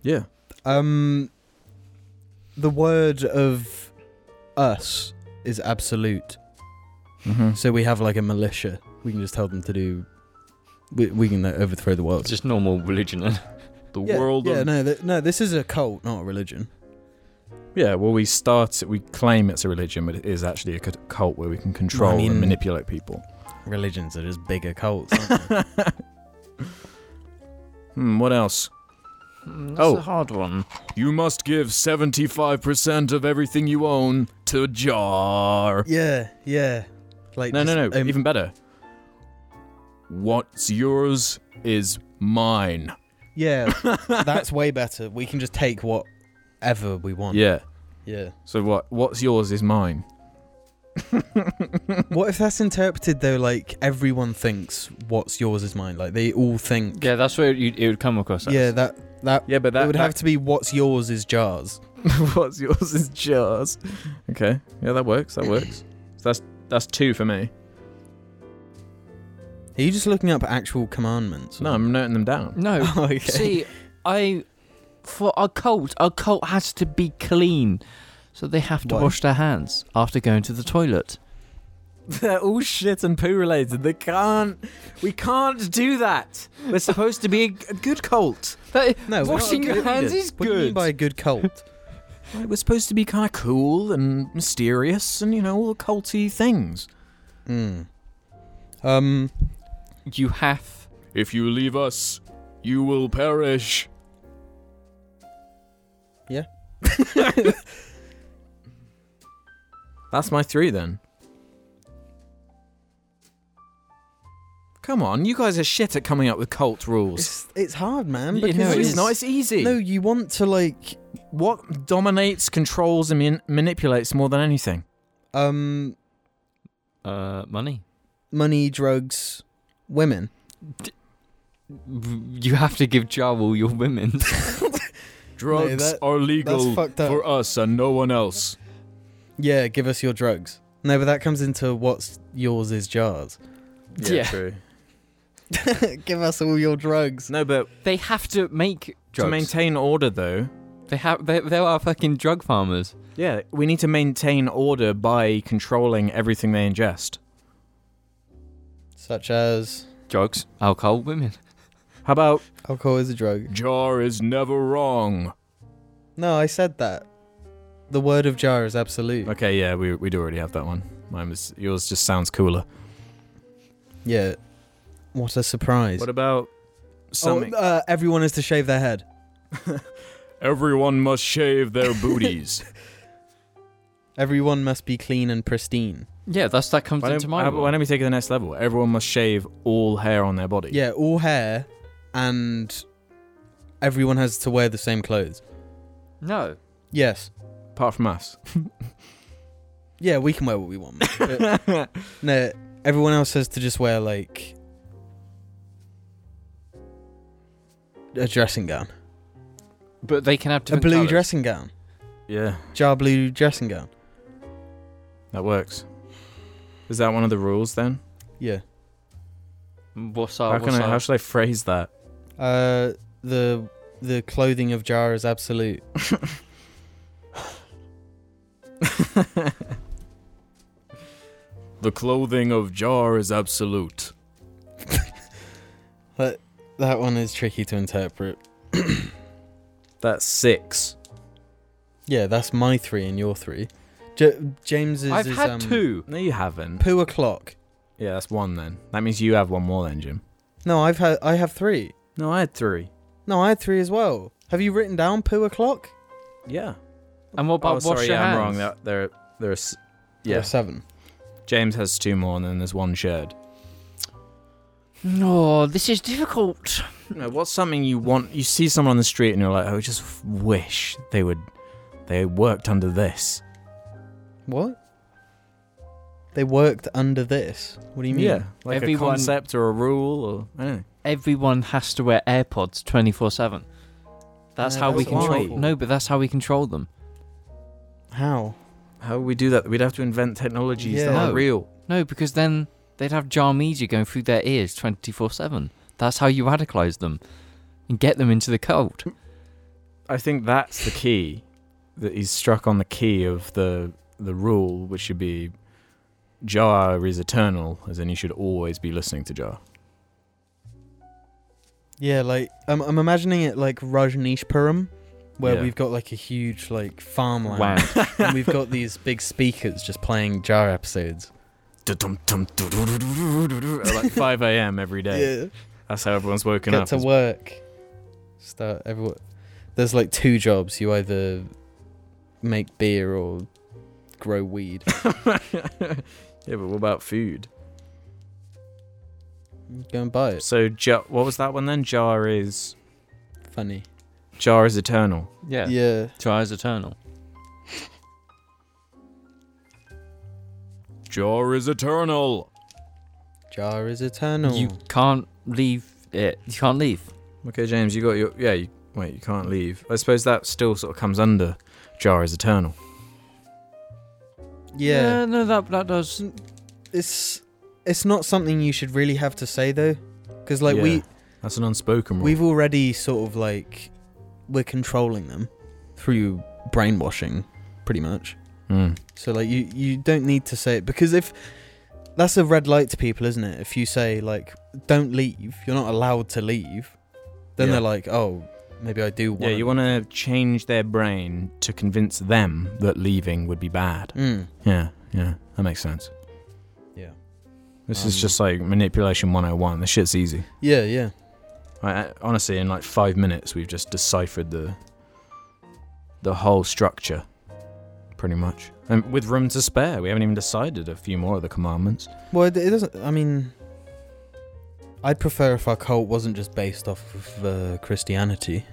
Speaker 2: Yeah.
Speaker 1: Um, the word of us is absolute.
Speaker 2: Mm-hmm.
Speaker 1: So we have like a militia. We can just tell them to do. We, we can like, overthrow the world.
Speaker 4: It's just normal religion. then. the
Speaker 1: yeah,
Speaker 4: world
Speaker 1: Yeah,
Speaker 4: of
Speaker 1: no, th- no. This is a cult, not a religion.
Speaker 2: Yeah, well, we start, we claim it's a religion, but it is actually a cult- cult where we can control
Speaker 1: mean-
Speaker 2: and manipulate people.
Speaker 1: Religions are just bigger cults. aren't they?
Speaker 2: Hmm, what else?
Speaker 4: Mm,
Speaker 2: Oh.
Speaker 4: hard one.
Speaker 2: You must give 75% of everything you own to Jar.
Speaker 1: yeah, yeah. Like
Speaker 2: No,
Speaker 1: just,
Speaker 2: no, no,
Speaker 1: um,
Speaker 2: even better. What's yours is mine.
Speaker 1: yeah. that's way better. We can just take whatever we want.
Speaker 2: Yeah.
Speaker 1: yeah.
Speaker 2: So what? What's yours is mine.
Speaker 1: What if that's interpreted though? Like everyone thinks what's yours is mine. Like they all think.
Speaker 4: Yeah, that's where you, it would come across. as.
Speaker 1: Yeah, that that
Speaker 2: Yeah, but
Speaker 1: it would have to be what's yours is jars.
Speaker 2: what's yours is Jar's. Okay. Yeah, that works. That works. So that's that's two for me.
Speaker 1: Are you just looking up actual commandments? or-
Speaker 2: No, I'm noting them down.
Speaker 4: No.
Speaker 1: Oh, okay.
Speaker 4: See, I for a cult, a cult has to be clean, so they have to
Speaker 1: Why?
Speaker 4: wash their hands after going to the toilet.
Speaker 2: They're all shit and poo related. They can't. We can't do that. We're supposed to be a, good cult.
Speaker 4: That,
Speaker 1: No, we're
Speaker 4: washing
Speaker 1: not
Speaker 4: your
Speaker 1: included.
Speaker 4: hands is
Speaker 1: What do you mean
Speaker 4: good.
Speaker 1: by a good cult?
Speaker 2: We're supposed to be kind of cool and mysterious and you know all the culty things.
Speaker 1: Hmm. Um.
Speaker 4: you have.
Speaker 2: If you leave us, you will perish.
Speaker 1: Yeah.
Speaker 2: That's my three then. Come on, you guys are shit at coming up with cult rules.
Speaker 1: It's, it's hard, man.
Speaker 4: You
Speaker 1: Because
Speaker 4: know,
Speaker 2: no,
Speaker 4: it
Speaker 2: it's
Speaker 4: is.
Speaker 2: not. It's easy.
Speaker 1: No, you want to like
Speaker 2: What dominates, controls, and man- manipulates more than anything?
Speaker 1: um
Speaker 4: Uh, money.
Speaker 1: money, drugs, women.
Speaker 4: You have to give Jarl all your women.
Speaker 1: Drugs that-
Speaker 2: are
Speaker 1: legal fucked up. for
Speaker 2: us and no one else.
Speaker 1: Yeah, give us your drugs. No, but that comes into what's yours is jars.
Speaker 2: Yeah,
Speaker 4: Yeah.
Speaker 2: true.
Speaker 1: give us all your drugs.
Speaker 2: No, but
Speaker 4: they have to make drugs.
Speaker 2: to maintain order, though,
Speaker 4: they have. They, they are fucking drug farmers.
Speaker 2: yeah, we need to maintain order by controlling everything they ingest.
Speaker 1: Such as
Speaker 4: Drugs, alcohol, women.
Speaker 2: How about
Speaker 1: alcohol is a drug.
Speaker 2: jar is never wrong?
Speaker 1: No, I said that. The word of jar is absolute.
Speaker 2: Okay, yeah, we we do already have that one. Mine was yours. Just sounds cooler.
Speaker 1: Yeah. What a surprise.
Speaker 2: What about something?
Speaker 1: oh, uh, everyone is to shave their head.
Speaker 2: Everyone must shave their booties.
Speaker 1: Everyone must be clean and pristine.
Speaker 4: Yeah, that's that comes
Speaker 2: Why
Speaker 4: into
Speaker 2: don't,
Speaker 4: my
Speaker 2: uh, why
Speaker 4: world.
Speaker 2: don't we take it to the next level? Everyone must shave all hair on their body.
Speaker 1: Yeah, all hair, and everyone has to wear the same clothes.
Speaker 4: No.
Speaker 1: Yes.
Speaker 2: Apart from us.
Speaker 1: Yeah, we can wear what we want. mate, but- no, everyone else has to just wear like a dressing gown,
Speaker 4: But they can have
Speaker 1: a
Speaker 4: different
Speaker 1: blue
Speaker 4: colours.
Speaker 1: dressing gown,
Speaker 2: yeah,
Speaker 1: jar blue dressing gown.
Speaker 2: that works. Is that one of the rules then?
Speaker 1: Yeah.
Speaker 4: Mm, What's our,
Speaker 2: how can
Speaker 4: what's
Speaker 2: I?
Speaker 4: our-
Speaker 2: How should I phrase Uh, that?
Speaker 1: Uh, the the clothing of Jar is absolute.
Speaker 2: The clothing of Jar is absolute.
Speaker 1: That one is tricky to interpret.
Speaker 2: That's six.
Speaker 1: Yeah, that's my three and your three. J- James is.
Speaker 4: I've
Speaker 1: is,
Speaker 4: had
Speaker 1: um,
Speaker 4: two.
Speaker 2: No, you haven't.
Speaker 1: Poo o'clock.
Speaker 2: Yeah, that's one then. That means you have one more then, Jim.
Speaker 1: No, I've had. I have three.
Speaker 2: No, I had three.
Speaker 1: No, I had three as well. Have you written down poo o'clock?
Speaker 2: Yeah.
Speaker 4: And what about
Speaker 2: oh,
Speaker 4: wash
Speaker 2: sorry,
Speaker 4: your
Speaker 2: yeah, I'm wrong.
Speaker 4: hands?
Speaker 2: There, there, there's.
Speaker 1: There are
Speaker 2: Yeah.
Speaker 1: seven.
Speaker 2: James has two more, and then there's one shared.
Speaker 4: No, this is difficult.
Speaker 2: No, what's something you want? You see someone on the street, and you're like, "Oh, I just wish they would. They worked under this.
Speaker 1: What? They worked under this. What do you mean?
Speaker 2: Yeah, like
Speaker 4: Everyone-
Speaker 2: a concept or a rule or I don't know.
Speaker 4: Everyone has to wear AirPods 24/7. That's
Speaker 1: No,
Speaker 4: how we
Speaker 1: that's
Speaker 4: control.
Speaker 1: awful.
Speaker 4: No, but that's how we control them.
Speaker 1: How?
Speaker 2: How would we do that? We'd have to invent technologies that
Speaker 1: Yeah.
Speaker 2: are
Speaker 4: No.
Speaker 2: real.
Speaker 4: No, because then they'd have jar media going through their ears 24/7. That's how you radicalize them and get them into the cult.
Speaker 2: I think that's the key. That he's struck on the key of the the rule, which should be Jar is eternal, as in you should always be listening to Jar.
Speaker 1: Yeah, like I'm, I'm imagining it like Rajneeshpuram, where
Speaker 2: Yeah.
Speaker 1: we've got like a huge like farmland,
Speaker 4: Wow.
Speaker 1: and we've got these big speakers just playing Jar episodes.
Speaker 2: At like 5 a.m. every day. That's how everyone's woken
Speaker 1: get
Speaker 2: up.
Speaker 1: to
Speaker 2: is-
Speaker 1: work. Start everyone. There's like two jobs. You either make beer or grow weed.
Speaker 2: yeah, but what about food?
Speaker 1: Go and buy it.
Speaker 2: So, Jar, what was that one then? Jar is
Speaker 1: Funny.
Speaker 2: Jar is eternal.
Speaker 4: Yeah.
Speaker 1: Yeah.
Speaker 4: Jar is eternal.
Speaker 2: Jar is eternal.
Speaker 1: Jar is eternal.
Speaker 4: You can't leave it. You can't leave.
Speaker 2: Okay, James, you got your yeah. You, wait, you can't leave. I suppose that still sort of comes under Jar is eternal.
Speaker 1: yeah.
Speaker 4: no, that that does.
Speaker 1: It's it's not something you should really have to say though, because like we
Speaker 2: Yeah. That's an unspoken rule.
Speaker 1: we've already sort of like we're controlling them through brainwashing, pretty much.
Speaker 2: Hmm.
Speaker 1: So like you you don't need to say it because if that's a red light to people, isn't it? If you say like don't leave, you're not allowed to leave. Then
Speaker 2: Yeah.
Speaker 1: they're like, oh, maybe I do.
Speaker 2: Yeah,
Speaker 1: Wanna.
Speaker 2: you want to change their brain to convince them that leaving would be bad.
Speaker 1: Mm.
Speaker 2: Yeah, yeah, that makes sense.
Speaker 1: Yeah.
Speaker 2: This
Speaker 1: Um,
Speaker 2: is just like manipulation 101. This shit's easy.
Speaker 1: Yeah, yeah.
Speaker 2: I, I- honestly, in like five minutes, we've just deciphered the the whole structure, pretty much, and with room to spare. We haven't even decided a few more of the commandments.
Speaker 1: Well, it, it doesn't. I mean, I'd prefer if our cult wasn't just based off of uh, Christianity.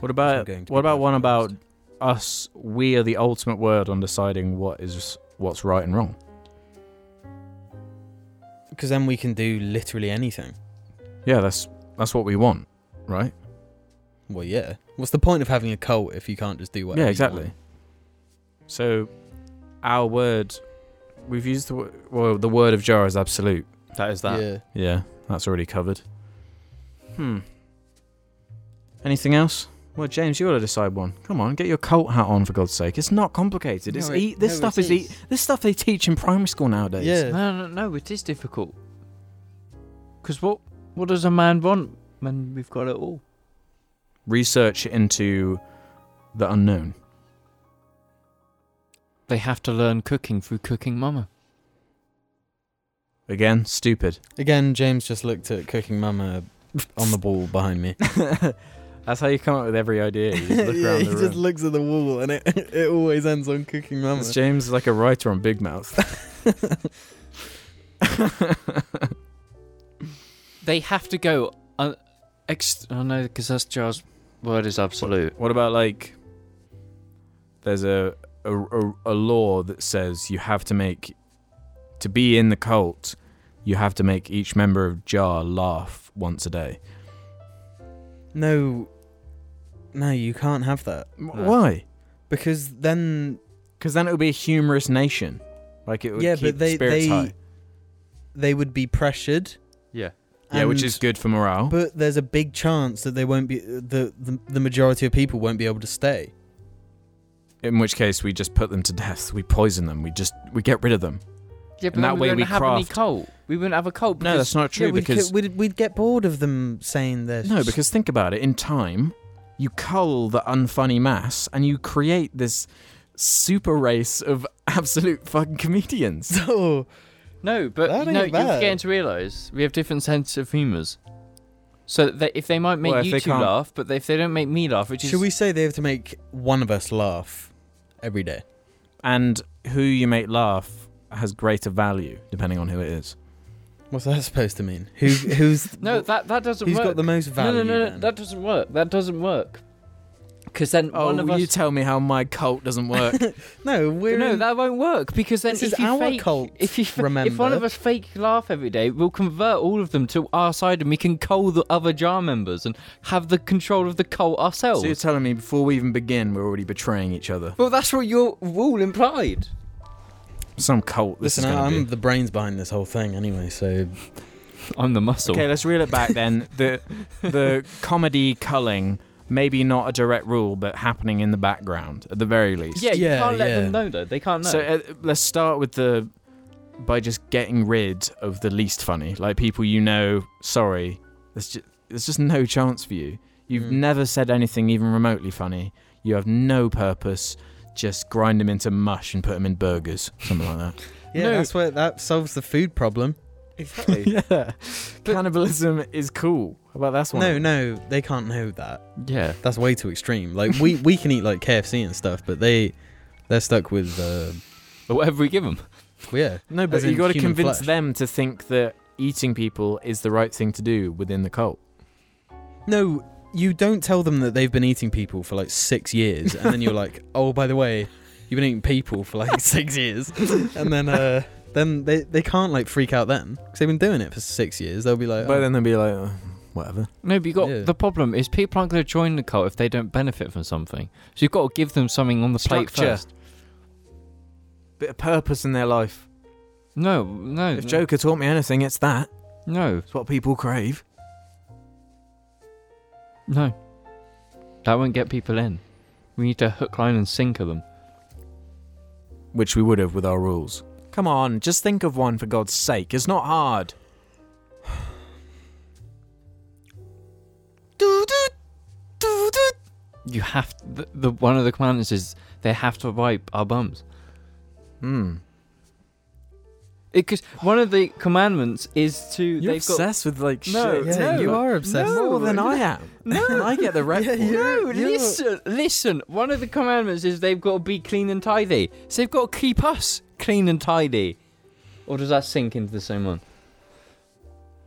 Speaker 2: What
Speaker 1: If I'm
Speaker 2: about
Speaker 1: going to
Speaker 2: what
Speaker 1: be
Speaker 2: about one
Speaker 1: perfectly
Speaker 2: about
Speaker 1: honest.
Speaker 2: us? We are the ultimate word on deciding what is what's right and wrong.
Speaker 1: Because then we can do literally anything.
Speaker 2: Yeah, that's that's what we want, right?
Speaker 1: Well, yeah. What's the point of having a cult if you can't just do whatever?
Speaker 2: yeah,
Speaker 1: you
Speaker 2: exactly.
Speaker 1: want?
Speaker 2: So, our word, we've used the wo- well, the word of Jar is absolute.
Speaker 4: That is
Speaker 1: Yeah.
Speaker 2: Yeah, that's already covered. Hmm. Anything else? Well, James, you ought to decide one. Come on, get your cult hat on for God's sake. It's not complicated. It's
Speaker 1: No, it-
Speaker 2: e- this
Speaker 1: no,
Speaker 2: stuff is,
Speaker 1: it
Speaker 2: e- this stuff they teach in primary school nowadays.
Speaker 1: Yeah.
Speaker 4: No, no, no. It is difficult. Because what what does a man want when we've got it all?
Speaker 2: Research into the unknown.
Speaker 4: They have to learn cooking through cooking mama.
Speaker 2: Again, stupid.
Speaker 1: Again, James just looked at Cooking Mama on the wall behind me.
Speaker 2: That's how you come up with every idea. You just look
Speaker 1: yeah,
Speaker 2: around
Speaker 1: he
Speaker 2: the room.
Speaker 1: just looks at the wall, and it it always ends on Cooking Mama.
Speaker 2: It's James is like a writer on Big Mouth.
Speaker 4: They have to go. Uh, ex- oh no, because that's Jar's word is absolute.
Speaker 2: What about like there's a a, a a law that says you have to make to be in the cult, you have to make each member of Jar laugh once a day.
Speaker 1: No, no, you can't have that
Speaker 2: Why? 'Cause Why?
Speaker 1: because then
Speaker 2: Because then it would be a humorous nation. Like it would
Speaker 1: Yeah,
Speaker 2: keep
Speaker 1: but
Speaker 2: the
Speaker 1: they-
Speaker 2: spirits
Speaker 1: they-
Speaker 2: high.
Speaker 1: they would be pressured.
Speaker 4: Yeah.
Speaker 2: Yeah, which
Speaker 1: and-
Speaker 2: is good for morale.
Speaker 1: But there's a big chance that they won't be the, the the majority of people won't be able to stay.
Speaker 2: in which case, we just put them to death. We poison them. We just we get rid of them.
Speaker 4: Yeah,
Speaker 2: And that
Speaker 4: then
Speaker 2: way
Speaker 4: wouldn't
Speaker 2: we
Speaker 4: have any
Speaker 2: craft-
Speaker 4: cult. We wouldn't have a cult.
Speaker 2: No, that's not true
Speaker 1: yeah, we'd,
Speaker 2: because
Speaker 1: get, we'd, we'd get bored of them saying this.
Speaker 2: No, because think about it. In time, you cull the unfunny mass and you create this super race of absolute fucking comedians.
Speaker 1: so
Speaker 4: No, but
Speaker 1: That
Speaker 4: no,
Speaker 1: ain't
Speaker 4: you're
Speaker 1: bad.
Speaker 4: getting to realise we have different sense of humours. So that if they might make
Speaker 2: Well, if
Speaker 4: you
Speaker 2: they
Speaker 4: two
Speaker 2: can't-
Speaker 4: laugh, but if they don't make me laugh, which is
Speaker 1: should we say they have to make one of us laugh every day?
Speaker 2: And who you make laugh has greater value depending on who it is.
Speaker 1: What's that supposed to mean? Who who's
Speaker 4: no, that that doesn't
Speaker 1: who's
Speaker 4: work.
Speaker 1: got the most value?
Speaker 4: no, no, no, no,
Speaker 1: then?
Speaker 4: that doesn't work. That doesn't work. Because then
Speaker 2: Oh,
Speaker 4: one of us.
Speaker 2: you tell me how my cult doesn't work.
Speaker 1: no, we're
Speaker 4: no,
Speaker 1: in-
Speaker 4: that won't work because then
Speaker 1: This
Speaker 4: if
Speaker 1: is
Speaker 4: you
Speaker 1: our
Speaker 4: fake,
Speaker 1: cult,
Speaker 4: if you fa- if one
Speaker 1: remember.
Speaker 4: of us fake laugh every day, we'll convert all of them to our side, and we can cull the other jar members and have the control of the cult ourselves.
Speaker 2: so you're telling me before we even begin, we're already betraying each other.
Speaker 4: well, that's what your rule implied.
Speaker 2: Some cult. This
Speaker 1: Listen,
Speaker 2: is going to
Speaker 1: I'm
Speaker 2: be.
Speaker 1: the brains behind this whole thing anyway, so
Speaker 4: I'm the muscle.
Speaker 2: Okay, let's reel it back then. the the comedy culling, maybe not a direct rule, but happening in the background at the very least.
Speaker 4: Yeah, you
Speaker 1: Yeah,
Speaker 4: can't let
Speaker 1: yeah.
Speaker 4: them know though. They can't know.
Speaker 2: So uh, let's start with the by just getting rid of the least funny, like people you know. Sorry, there's just there's just no chance for you. You've
Speaker 1: Mm.
Speaker 2: never said anything even remotely funny. You have no purpose. Just grind them into mush and put them in burgers, something like
Speaker 1: yeah,
Speaker 4: No.
Speaker 1: that's where that solves the food problem.
Speaker 2: that. yeah, cannibalism is cool. How about that's one?
Speaker 1: No, no, they can't know that.
Speaker 4: yeah.
Speaker 1: That's way too extreme. Like we we can eat like KFC and stuff, but they they're stuck with uh,
Speaker 4: But whatever we give them.
Speaker 1: yeah.
Speaker 2: no,
Speaker 1: as
Speaker 2: but you
Speaker 1: in
Speaker 2: got to
Speaker 1: human
Speaker 2: convince
Speaker 1: flesh.
Speaker 2: them to think that eating people is the right thing to do within the cult.
Speaker 1: No, you don't tell them that they've been eating people for like six years, and then you're like, oh, by the way, you've been eating people for like six years, and then uh, then they they can't like freak out then because they've been doing it for six years. They'll be like,
Speaker 2: But
Speaker 1: oh,
Speaker 2: then they'll be like, "Oh, whatever.
Speaker 4: No, but you got
Speaker 1: Yeah.
Speaker 4: the problem is people aren't going to join the cult if they don't benefit from something. So you've got to give them something on the plate
Speaker 2: Structure.
Speaker 4: first.
Speaker 2: Bit of purpose in their life.
Speaker 4: No, no,
Speaker 2: If Joker taught me anything, it's that.
Speaker 4: no,
Speaker 2: It's what people crave.
Speaker 4: no. That won't get people in. We need to hook, line, and sinker them.
Speaker 2: Which we would have with our rules. Come on, just think of one for God's sake. It's not hard.
Speaker 4: You have the, the one of the commandments is they have to wipe our bums.
Speaker 2: Hmm.
Speaker 4: Because one of the commandments is to
Speaker 2: You're
Speaker 4: they've got
Speaker 2: obsessed with like
Speaker 4: No,
Speaker 2: shit.
Speaker 1: yeah,
Speaker 4: no,
Speaker 1: "Oh, you are obsessed.
Speaker 2: More than I am. No, I get the rep. for it.
Speaker 4: No, listen, listen. One of the commandments is they've got to be clean and tidy. So they've got to keep us clean and tidy. Or does that sink into the same one?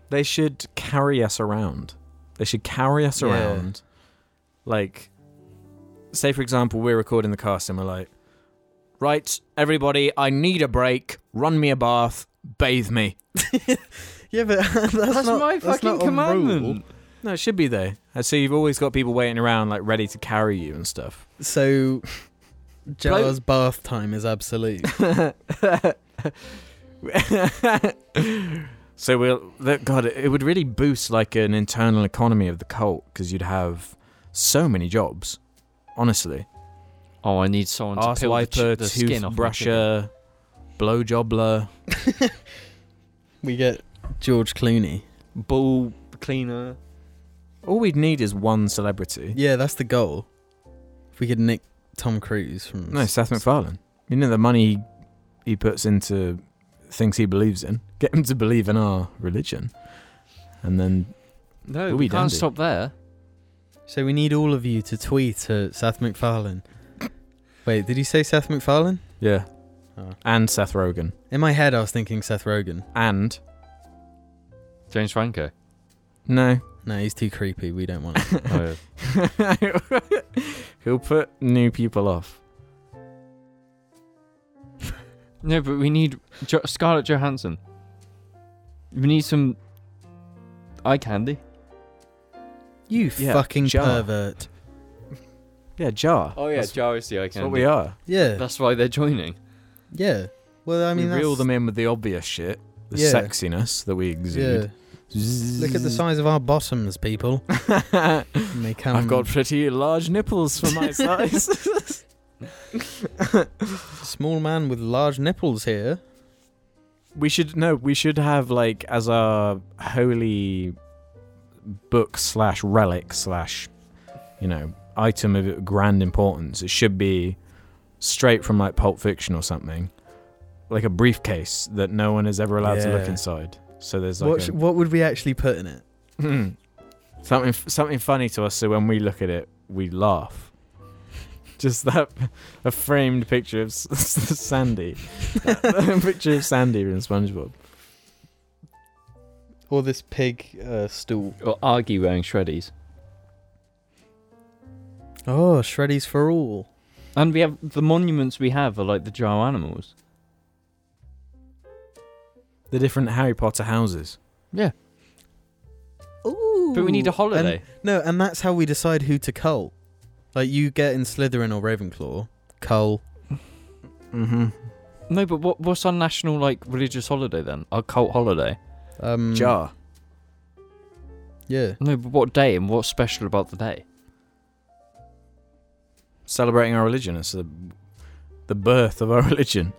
Speaker 2: They should carry us around. They should carry us
Speaker 1: Yeah.
Speaker 2: around. Like, say for example, we're recording the cast and we're like, right, everybody, I need a break. Run me a bath. Bathe me.
Speaker 1: Yeah, but that's,
Speaker 4: That's
Speaker 1: not,
Speaker 4: my
Speaker 1: that's
Speaker 4: fucking
Speaker 1: not on rule.
Speaker 4: commandment.
Speaker 2: No, it should be there. And So you've always got people waiting around, like ready to carry you and stuff.
Speaker 1: So, Jar's bath time is absolute.
Speaker 2: so we'll that, God, it would really boost like an internal economy of the cult because you'd have so many jobs. Honestly,
Speaker 4: Oh, I need someone to
Speaker 2: arse
Speaker 4: peel the, ch-
Speaker 2: wiper,
Speaker 4: the
Speaker 2: tooth
Speaker 4: skin off. my chicken.
Speaker 2: brusher, blow jobler.
Speaker 1: we get George Clooney.
Speaker 4: ball cleaner.
Speaker 2: All we'd need is one celebrity.
Speaker 1: Yeah, that's the goal. If we could nick Tom Cruise from
Speaker 2: No, Seth MacFarlane. You know the money he, he puts into things he believes in. Get him to believe in our religion, and then
Speaker 4: No,
Speaker 2: Ooh,
Speaker 4: we
Speaker 2: we
Speaker 4: can't
Speaker 2: dandy.
Speaker 4: stop there.
Speaker 1: So we need all of you to tweet at Seth MacFarlane. Wait, did he say Seth MacFarlane?
Speaker 2: yeah, and Seth Rogen
Speaker 1: In my head, I was thinking Seth Rogen.
Speaker 2: and
Speaker 4: James Franco.
Speaker 2: no.
Speaker 1: No, he's too creepy. We don't want him.
Speaker 4: Oh, yeah.
Speaker 2: He'll put new people off.
Speaker 4: no, but we need jo- Scarlett Johansson. We need some eye candy.
Speaker 1: you
Speaker 2: Yeah,
Speaker 1: fucking
Speaker 2: jar.
Speaker 1: pervert.
Speaker 2: Yeah, Jar.
Speaker 4: Oh,
Speaker 1: Oh,
Speaker 4: yeah,
Speaker 2: that's,
Speaker 4: Jar is the eye
Speaker 2: that's what we are.
Speaker 1: Yeah,
Speaker 4: That's why they're joining.
Speaker 1: yeah. Well, I mean,
Speaker 2: we reel
Speaker 1: that's-
Speaker 2: them in with the obvious shit, the
Speaker 1: Yeah.
Speaker 2: sexiness that we
Speaker 1: Yeah.
Speaker 2: exude.
Speaker 1: Look at the size of our bottoms, people. And they come.
Speaker 2: I've got pretty large nipples for my size.
Speaker 1: small man with large nipples here.
Speaker 2: We should no. We should have like as our holy book slash relic slash you know item of grand importance. It should be straight from like Pulp Fiction or something, like a briefcase that no one is ever allowed to look
Speaker 1: Yeah.
Speaker 2: inside. So there's like
Speaker 1: What,
Speaker 2: a-
Speaker 1: sh- what would we actually put in it?
Speaker 2: Hmm. something something funny to us. So when we look at it, we laugh. Just that a framed picture of S- S- Sandy, a picture of Sandy in SpongeBob.
Speaker 1: Or this pig uh, stool?
Speaker 4: Or Argy wearing shreddies.
Speaker 1: Oh, Shreddies for all.
Speaker 4: And we have the monuments we have are like the jar animals.
Speaker 2: the different Harry Potter houses.
Speaker 1: Ooh.
Speaker 4: But we need a holiday.
Speaker 1: No, and that's how we decide who to cull. Like you get in Slytherin or Ravenclaw, cull.
Speaker 2: Mm-hmm.
Speaker 4: No, but what, what's our national like religious holiday then? Our cult holiday.
Speaker 1: Um,
Speaker 2: Jar.
Speaker 1: Yeah.
Speaker 4: No, but what day and what's special about the day?
Speaker 2: Celebrating our religion. It's the, the birth of our religion.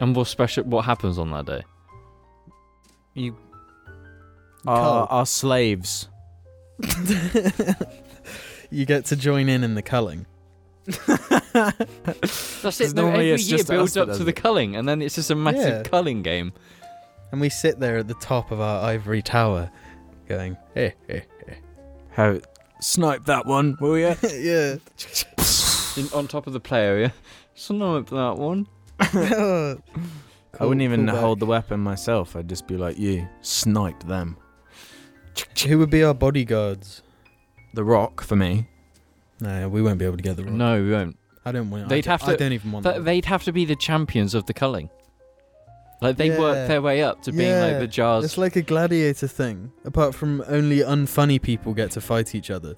Speaker 4: And what's special? What happens on that day?
Speaker 2: Our, our slaves.
Speaker 1: you get to join in in the culling.
Speaker 4: That's
Speaker 2: Because
Speaker 4: it. No,
Speaker 2: normally
Speaker 4: every
Speaker 2: it's
Speaker 4: year
Speaker 2: just us
Speaker 4: builds
Speaker 2: that
Speaker 4: up
Speaker 2: does
Speaker 4: to the
Speaker 2: it.
Speaker 4: culling, and then it's just a massive
Speaker 1: Yeah.
Speaker 4: culling game.
Speaker 1: And we sit there at the top of our ivory tower going, eh, eh.
Speaker 2: How snipe that one, will you?
Speaker 1: yeah.
Speaker 4: In, on top of the play area. Snipe that one.
Speaker 2: I wouldn't even
Speaker 1: Cool, cool
Speaker 2: hold the weapon myself. I'd just be like you. Snipe them.
Speaker 1: back. Who would be our bodyguards?
Speaker 2: The Rock for me.
Speaker 1: No, we won't be able to get the rock.
Speaker 4: No, we won't.
Speaker 1: I don't want.
Speaker 4: They'd
Speaker 1: I,
Speaker 4: have
Speaker 1: I
Speaker 4: to-
Speaker 1: don't even want.
Speaker 4: But
Speaker 1: That,
Speaker 4: they'd have to be the champions of the culling. Like they
Speaker 1: Yeah.
Speaker 4: work their way up to being
Speaker 1: Yeah.
Speaker 4: like the jars.
Speaker 1: it's like a gladiator thing. Apart from only unfunny people get to fight each other.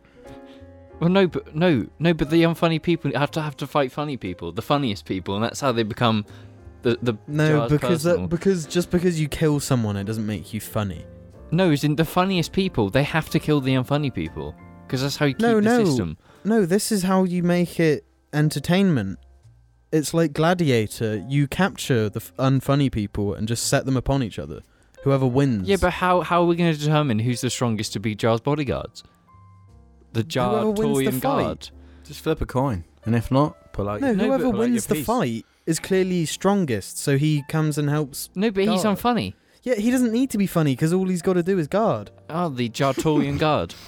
Speaker 4: Well, no, but no, no, but the unfunny people have to have to fight funny people, the funniest people, and that's how they become the the.
Speaker 1: No,
Speaker 4: jars
Speaker 1: because that,
Speaker 4: personal.
Speaker 1: because just because you kill someone, it doesn't make you funny.
Speaker 4: no, is in the funniest people. They have to kill the unfunny people because that's how you keep
Speaker 1: No,
Speaker 4: the
Speaker 1: no.
Speaker 4: system.
Speaker 1: No, this is how you make it entertainment. It's like Gladiator. You capture the f- unfunny people and just set them upon each other. Whoever wins.
Speaker 4: Yeah, but how how are we going to determine who's the strongest to be Jar's bodyguards? The Jar
Speaker 1: Whoever wins the
Speaker 4: Torian
Speaker 1: fight.
Speaker 4: guard.
Speaker 2: Just flip a coin, and if not, pull out.
Speaker 1: no,
Speaker 2: your-
Speaker 4: no,
Speaker 1: whoever
Speaker 4: but
Speaker 2: like
Speaker 1: wins
Speaker 2: your
Speaker 1: the
Speaker 2: piece.
Speaker 1: fight is clearly strongest. So he comes and helps.
Speaker 4: No, but he's
Speaker 1: Guard.
Speaker 4: unfunny.
Speaker 1: Yeah, he doesn't need to be funny because all he's got to do is guard.
Speaker 4: Oh, the Jar Torian guard.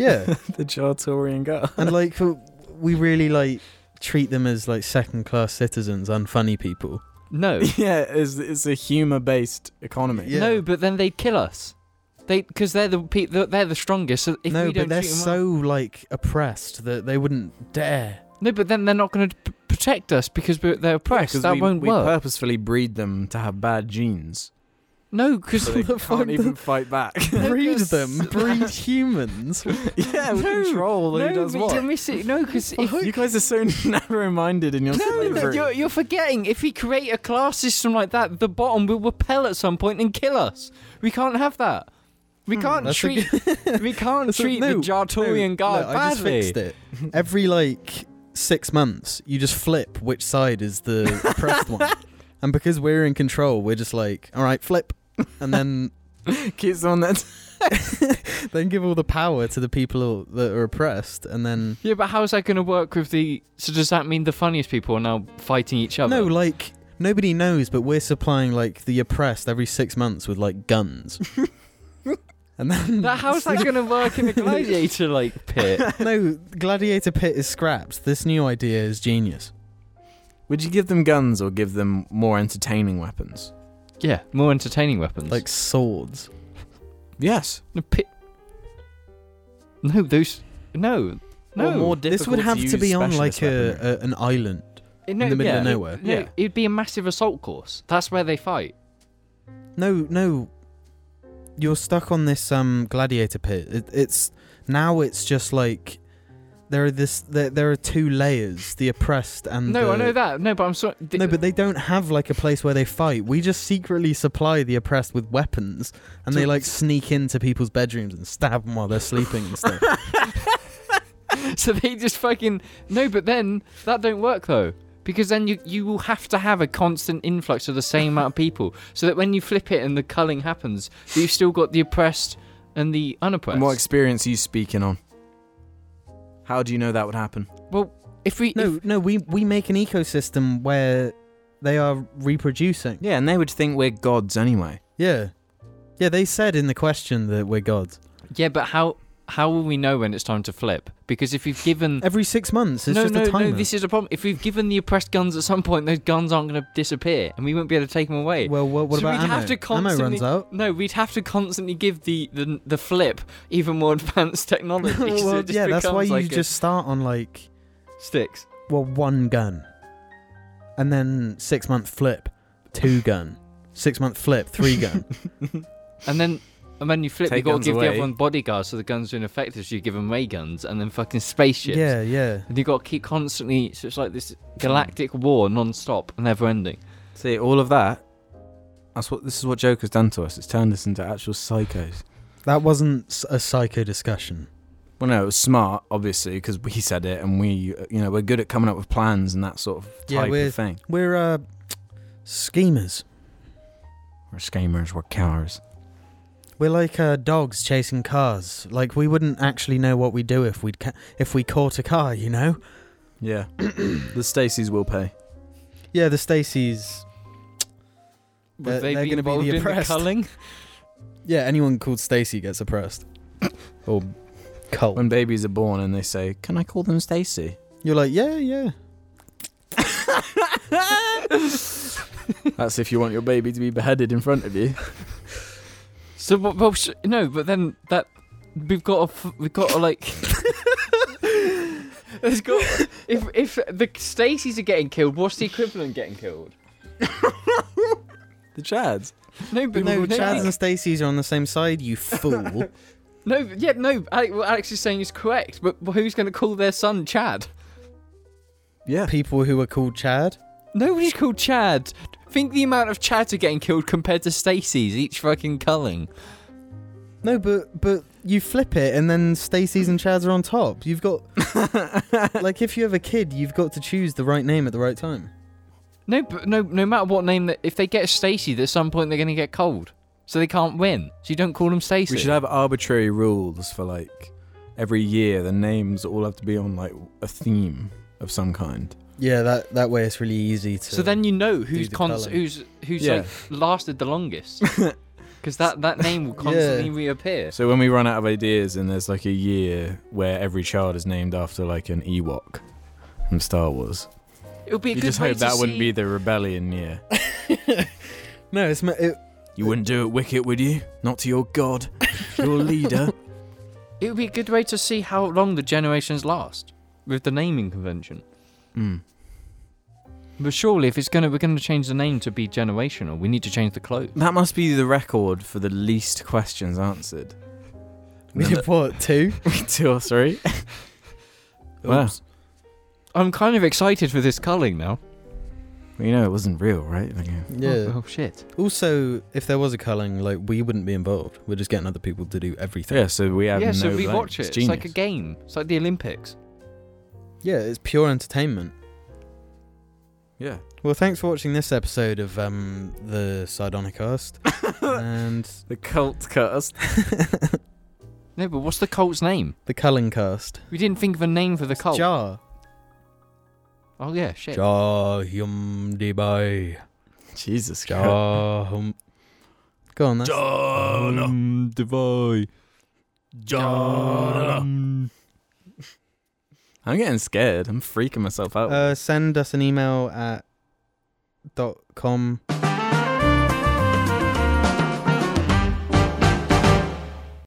Speaker 1: Yeah,
Speaker 2: the Jartorian guy.
Speaker 1: and like for- we really like treat them as like second class citizens, unfunny people.
Speaker 4: No,
Speaker 2: yeah, it's, it's a humor based economy.
Speaker 1: Yeah.
Speaker 4: no, but then they'd kill us. They because they're the pe- they're they're the strongest. So if
Speaker 1: no,
Speaker 4: we
Speaker 1: but
Speaker 4: don't
Speaker 1: they're
Speaker 4: treat 'em
Speaker 1: so like oppressed that they wouldn't dare.
Speaker 4: No, but then they're not going to p- protect us because we're, they're oppressed.
Speaker 2: Because
Speaker 4: that
Speaker 2: we,
Speaker 4: won't
Speaker 2: we
Speaker 4: work.
Speaker 2: purposefully breed them to have bad genes,
Speaker 4: no, because
Speaker 2: so they
Speaker 1: the fuck
Speaker 2: can't even fight back.
Speaker 1: breed
Speaker 4: because-
Speaker 1: them, breed humans.
Speaker 2: yeah, we
Speaker 4: No,
Speaker 2: control who
Speaker 4: no,
Speaker 2: does
Speaker 4: but
Speaker 2: what.
Speaker 4: you're missing. No, because if
Speaker 2: You guys are so narrow-minded in your
Speaker 4: no,
Speaker 2: slavery.
Speaker 4: you're, you're forgetting. If we create a class system like that, the bottom will repel at some point and kill us. We can't have that. We can't
Speaker 1: Hmm, That's a
Speaker 4: treat. we can't
Speaker 1: That's a-
Speaker 4: treat
Speaker 1: no,
Speaker 4: the Jartorian
Speaker 1: no,
Speaker 4: guard
Speaker 1: look, I just
Speaker 4: badly.
Speaker 1: fixed it. Every like six months, you just flip which side is the oppressed one, and because we're in control, we're just like, all right, flip, and then
Speaker 2: Kids on that.
Speaker 1: then give all the power to the people that are oppressed, and then
Speaker 4: Yeah, but how is that going to work with the? So does that mean the funniest people are now fighting each other?
Speaker 1: no, like nobody knows, but we're supplying like the oppressed every six months with like guns. And then
Speaker 4: That- how's that going to work in a gladiator like pit?
Speaker 1: no gladiator pit is scrapped. This new idea is genius.
Speaker 2: Would you give them guns or give them more entertaining weapons?
Speaker 4: Yeah, more entertaining weapons.
Speaker 1: Like swords.
Speaker 2: Yes.
Speaker 4: no, pi- no those. No, no.
Speaker 1: Or more this would
Speaker 2: difficult
Speaker 1: have
Speaker 2: to
Speaker 1: to,
Speaker 2: use
Speaker 1: be on
Speaker 2: specialist
Speaker 1: like a, a, an island.
Speaker 4: in
Speaker 1: the middle of nowhere.
Speaker 4: No,
Speaker 2: Yeah.
Speaker 4: it'd be a massive assault course. That's where they fight.
Speaker 1: No, no. You're stuck on this um gladiator pit. It, it's now it's just like there are this there, there are two layers, the oppressed and Mm,
Speaker 4: no,
Speaker 1: the,
Speaker 4: I know that. No, but I'm sorry.
Speaker 1: No, but they don't have like a place where they fight. We just secretly supply the oppressed with weapons, and they like sneak into people's bedrooms and stab them while they're sleeping and stuff.
Speaker 4: so they just fucking no but then that don't work though because then you, you will have to have a constant influx of the same amount of people so that when you flip it and the culling happens you've still got the oppressed and the unoppressed
Speaker 2: And what experience are you speaking on? How do you know that would happen?
Speaker 4: well if we
Speaker 1: no, no, we we make an ecosystem where they are reproducing.
Speaker 2: Yeah, and they would think we're gods anyway.
Speaker 1: Yeah, yeah. They said in the question that we're gods.
Speaker 4: if- yeah but how how will we know when it's time to flip because if we've given
Speaker 1: Every six months, it's
Speaker 4: no
Speaker 1: just
Speaker 4: no
Speaker 1: a timer.
Speaker 4: no this is a problem if we've given the oppressed guns at some point those guns aren't going to disappear and we won't be able to take them away
Speaker 1: Well, what, what
Speaker 4: So
Speaker 1: about
Speaker 4: we'd
Speaker 1: ammo?
Speaker 4: have to
Speaker 1: Ammo
Speaker 4: constantly-
Speaker 1: runs out.
Speaker 4: no, we'd have to constantly give the, the the flip even more advanced technology. so it
Speaker 1: well,
Speaker 4: just
Speaker 1: yeah, that's why
Speaker 4: becomes
Speaker 1: you
Speaker 4: like a-
Speaker 1: just start on like
Speaker 4: sticks.
Speaker 1: well one gun, and then six month flip, two gun, six month flip, three gun.
Speaker 4: And then and then you flip, you
Speaker 2: Take
Speaker 4: gotta
Speaker 2: guns
Speaker 4: give the
Speaker 2: away.
Speaker 4: other one bodyguards so the guns are ineffective, so you give them ray guns and then fucking spaceships.
Speaker 1: yeah, yeah.
Speaker 4: And you gotta keep constantly so it's like this galactic war non stop, never ending.
Speaker 2: See, all of that. That's what this is what Joker's done to us. It's turned us into actual psychos.
Speaker 1: That wasn't s- a psycho discussion.
Speaker 2: Well, no, it was smart, obviously, because we said it, and we, uh, you know, we're good at coming up with plans and that sort of
Speaker 1: Yeah,
Speaker 2: type
Speaker 1: we're-
Speaker 2: of thing.
Speaker 1: We're uh, schemers.
Speaker 2: We're schemers, we're cowards.
Speaker 1: We're like uh, dogs chasing cars. Like we wouldn't actually know what we'd do if we'd ca- if we caught a car, you know?
Speaker 2: Yeah, the Stacys will pay.
Speaker 1: Yeah, the Stacy's.
Speaker 4: Would
Speaker 1: They're-
Speaker 4: they
Speaker 1: they're
Speaker 4: be
Speaker 1: gonna be the
Speaker 4: involved in the
Speaker 1: oppressed.
Speaker 4: culling?
Speaker 1: Yeah, anyone called Stacy gets oppressed or cult.
Speaker 2: When babies are born and they say, "Can I call them Stacy?"
Speaker 1: You're like, yeah, yeah.
Speaker 2: That's if you want your baby to be beheaded in front of you.
Speaker 4: So well, well sh- no, but then that we've got to f- we've got to like there's got if if the Stacy's are getting killed, what's the equivalent getting killed?
Speaker 2: The Chads.
Speaker 4: No, but
Speaker 1: no,
Speaker 4: no,
Speaker 1: Chad's and Stacy's are on the same side, you fool.
Speaker 4: No, but- yeah, no. Alex, what Alex is saying is correct, but but who's going to call their son Chad?
Speaker 2: Yeah.
Speaker 1: People who are called Chad.
Speaker 4: Nobody's called Chad. Think the amount of Chads are getting killed compared to Stacy's each fucking culling.
Speaker 1: No, but but you flip it and then Stacy's and Chad's are on top. You've got like if you have a kid, you've got to choose the right name at the right time.
Speaker 4: No, but no, no matter what name that, if they get Stacy, at some point they're going to get cold, so they can't win. So you don't call them Stacy.
Speaker 2: We should have arbitrary rules for like every year. The names all have to be on like a theme of some kind.
Speaker 1: Yeah, that that way it's really easy to.
Speaker 4: so then you know who's
Speaker 1: the
Speaker 4: cons-
Speaker 1: culling.
Speaker 4: who's who's
Speaker 2: Yeah.
Speaker 4: like lasted the longest, because that that name will constantly reappear.
Speaker 2: So when we run out of ideas and there's like a year where every child is named after like an Ewok from Star Wars,
Speaker 4: It would be a
Speaker 2: you
Speaker 4: good
Speaker 2: just
Speaker 4: way
Speaker 2: hope
Speaker 4: to
Speaker 2: that wouldn't
Speaker 4: see-
Speaker 2: be the rebellion year.
Speaker 1: no, it's ma- it,
Speaker 2: You wouldn't do it, Wicket, would you? Not to your god, your leader.
Speaker 4: It would be a good way to see how long the generations last with the naming convention. Hmm.
Speaker 2: Mm.
Speaker 4: But surely, if it's gonna, we're gonna change the name to be generational. We need to change the clothes.
Speaker 2: That must be the record for the least questions answered.
Speaker 1: we did what two?
Speaker 2: Two or three. Wow.
Speaker 1: Oops.
Speaker 4: I'm kind of excited for this culling now.
Speaker 2: Well, you know it wasn't real, right? Like, uh,
Speaker 1: Yeah.
Speaker 4: Oh, oh, shit.
Speaker 1: Also, if there was a culling, like we wouldn't be involved. We're just getting other people to do everything.
Speaker 2: Yeah, so we have
Speaker 4: yeah.
Speaker 2: no
Speaker 4: so we
Speaker 2: blame.
Speaker 4: watch it. It's,
Speaker 2: genius.
Speaker 4: like a game. It's like the Olympics.
Speaker 1: Yeah, it's pure entertainment.
Speaker 2: yeah.
Speaker 1: Well, thanks for watching this episode of um the Sardonicast. and
Speaker 2: The cult cast.
Speaker 4: No, but what's the cult's name?
Speaker 1: the culling cast.
Speaker 4: We didn't think of a name for the cult.
Speaker 1: Jar.
Speaker 4: oh yeah, shit.
Speaker 1: Jar hum debai.
Speaker 2: Jesus Christ.
Speaker 1: Jar hum. Go on, that's
Speaker 4: Divide.
Speaker 2: I'm getting scared. I'm freaking myself out.
Speaker 1: Uh, send us an email at dot com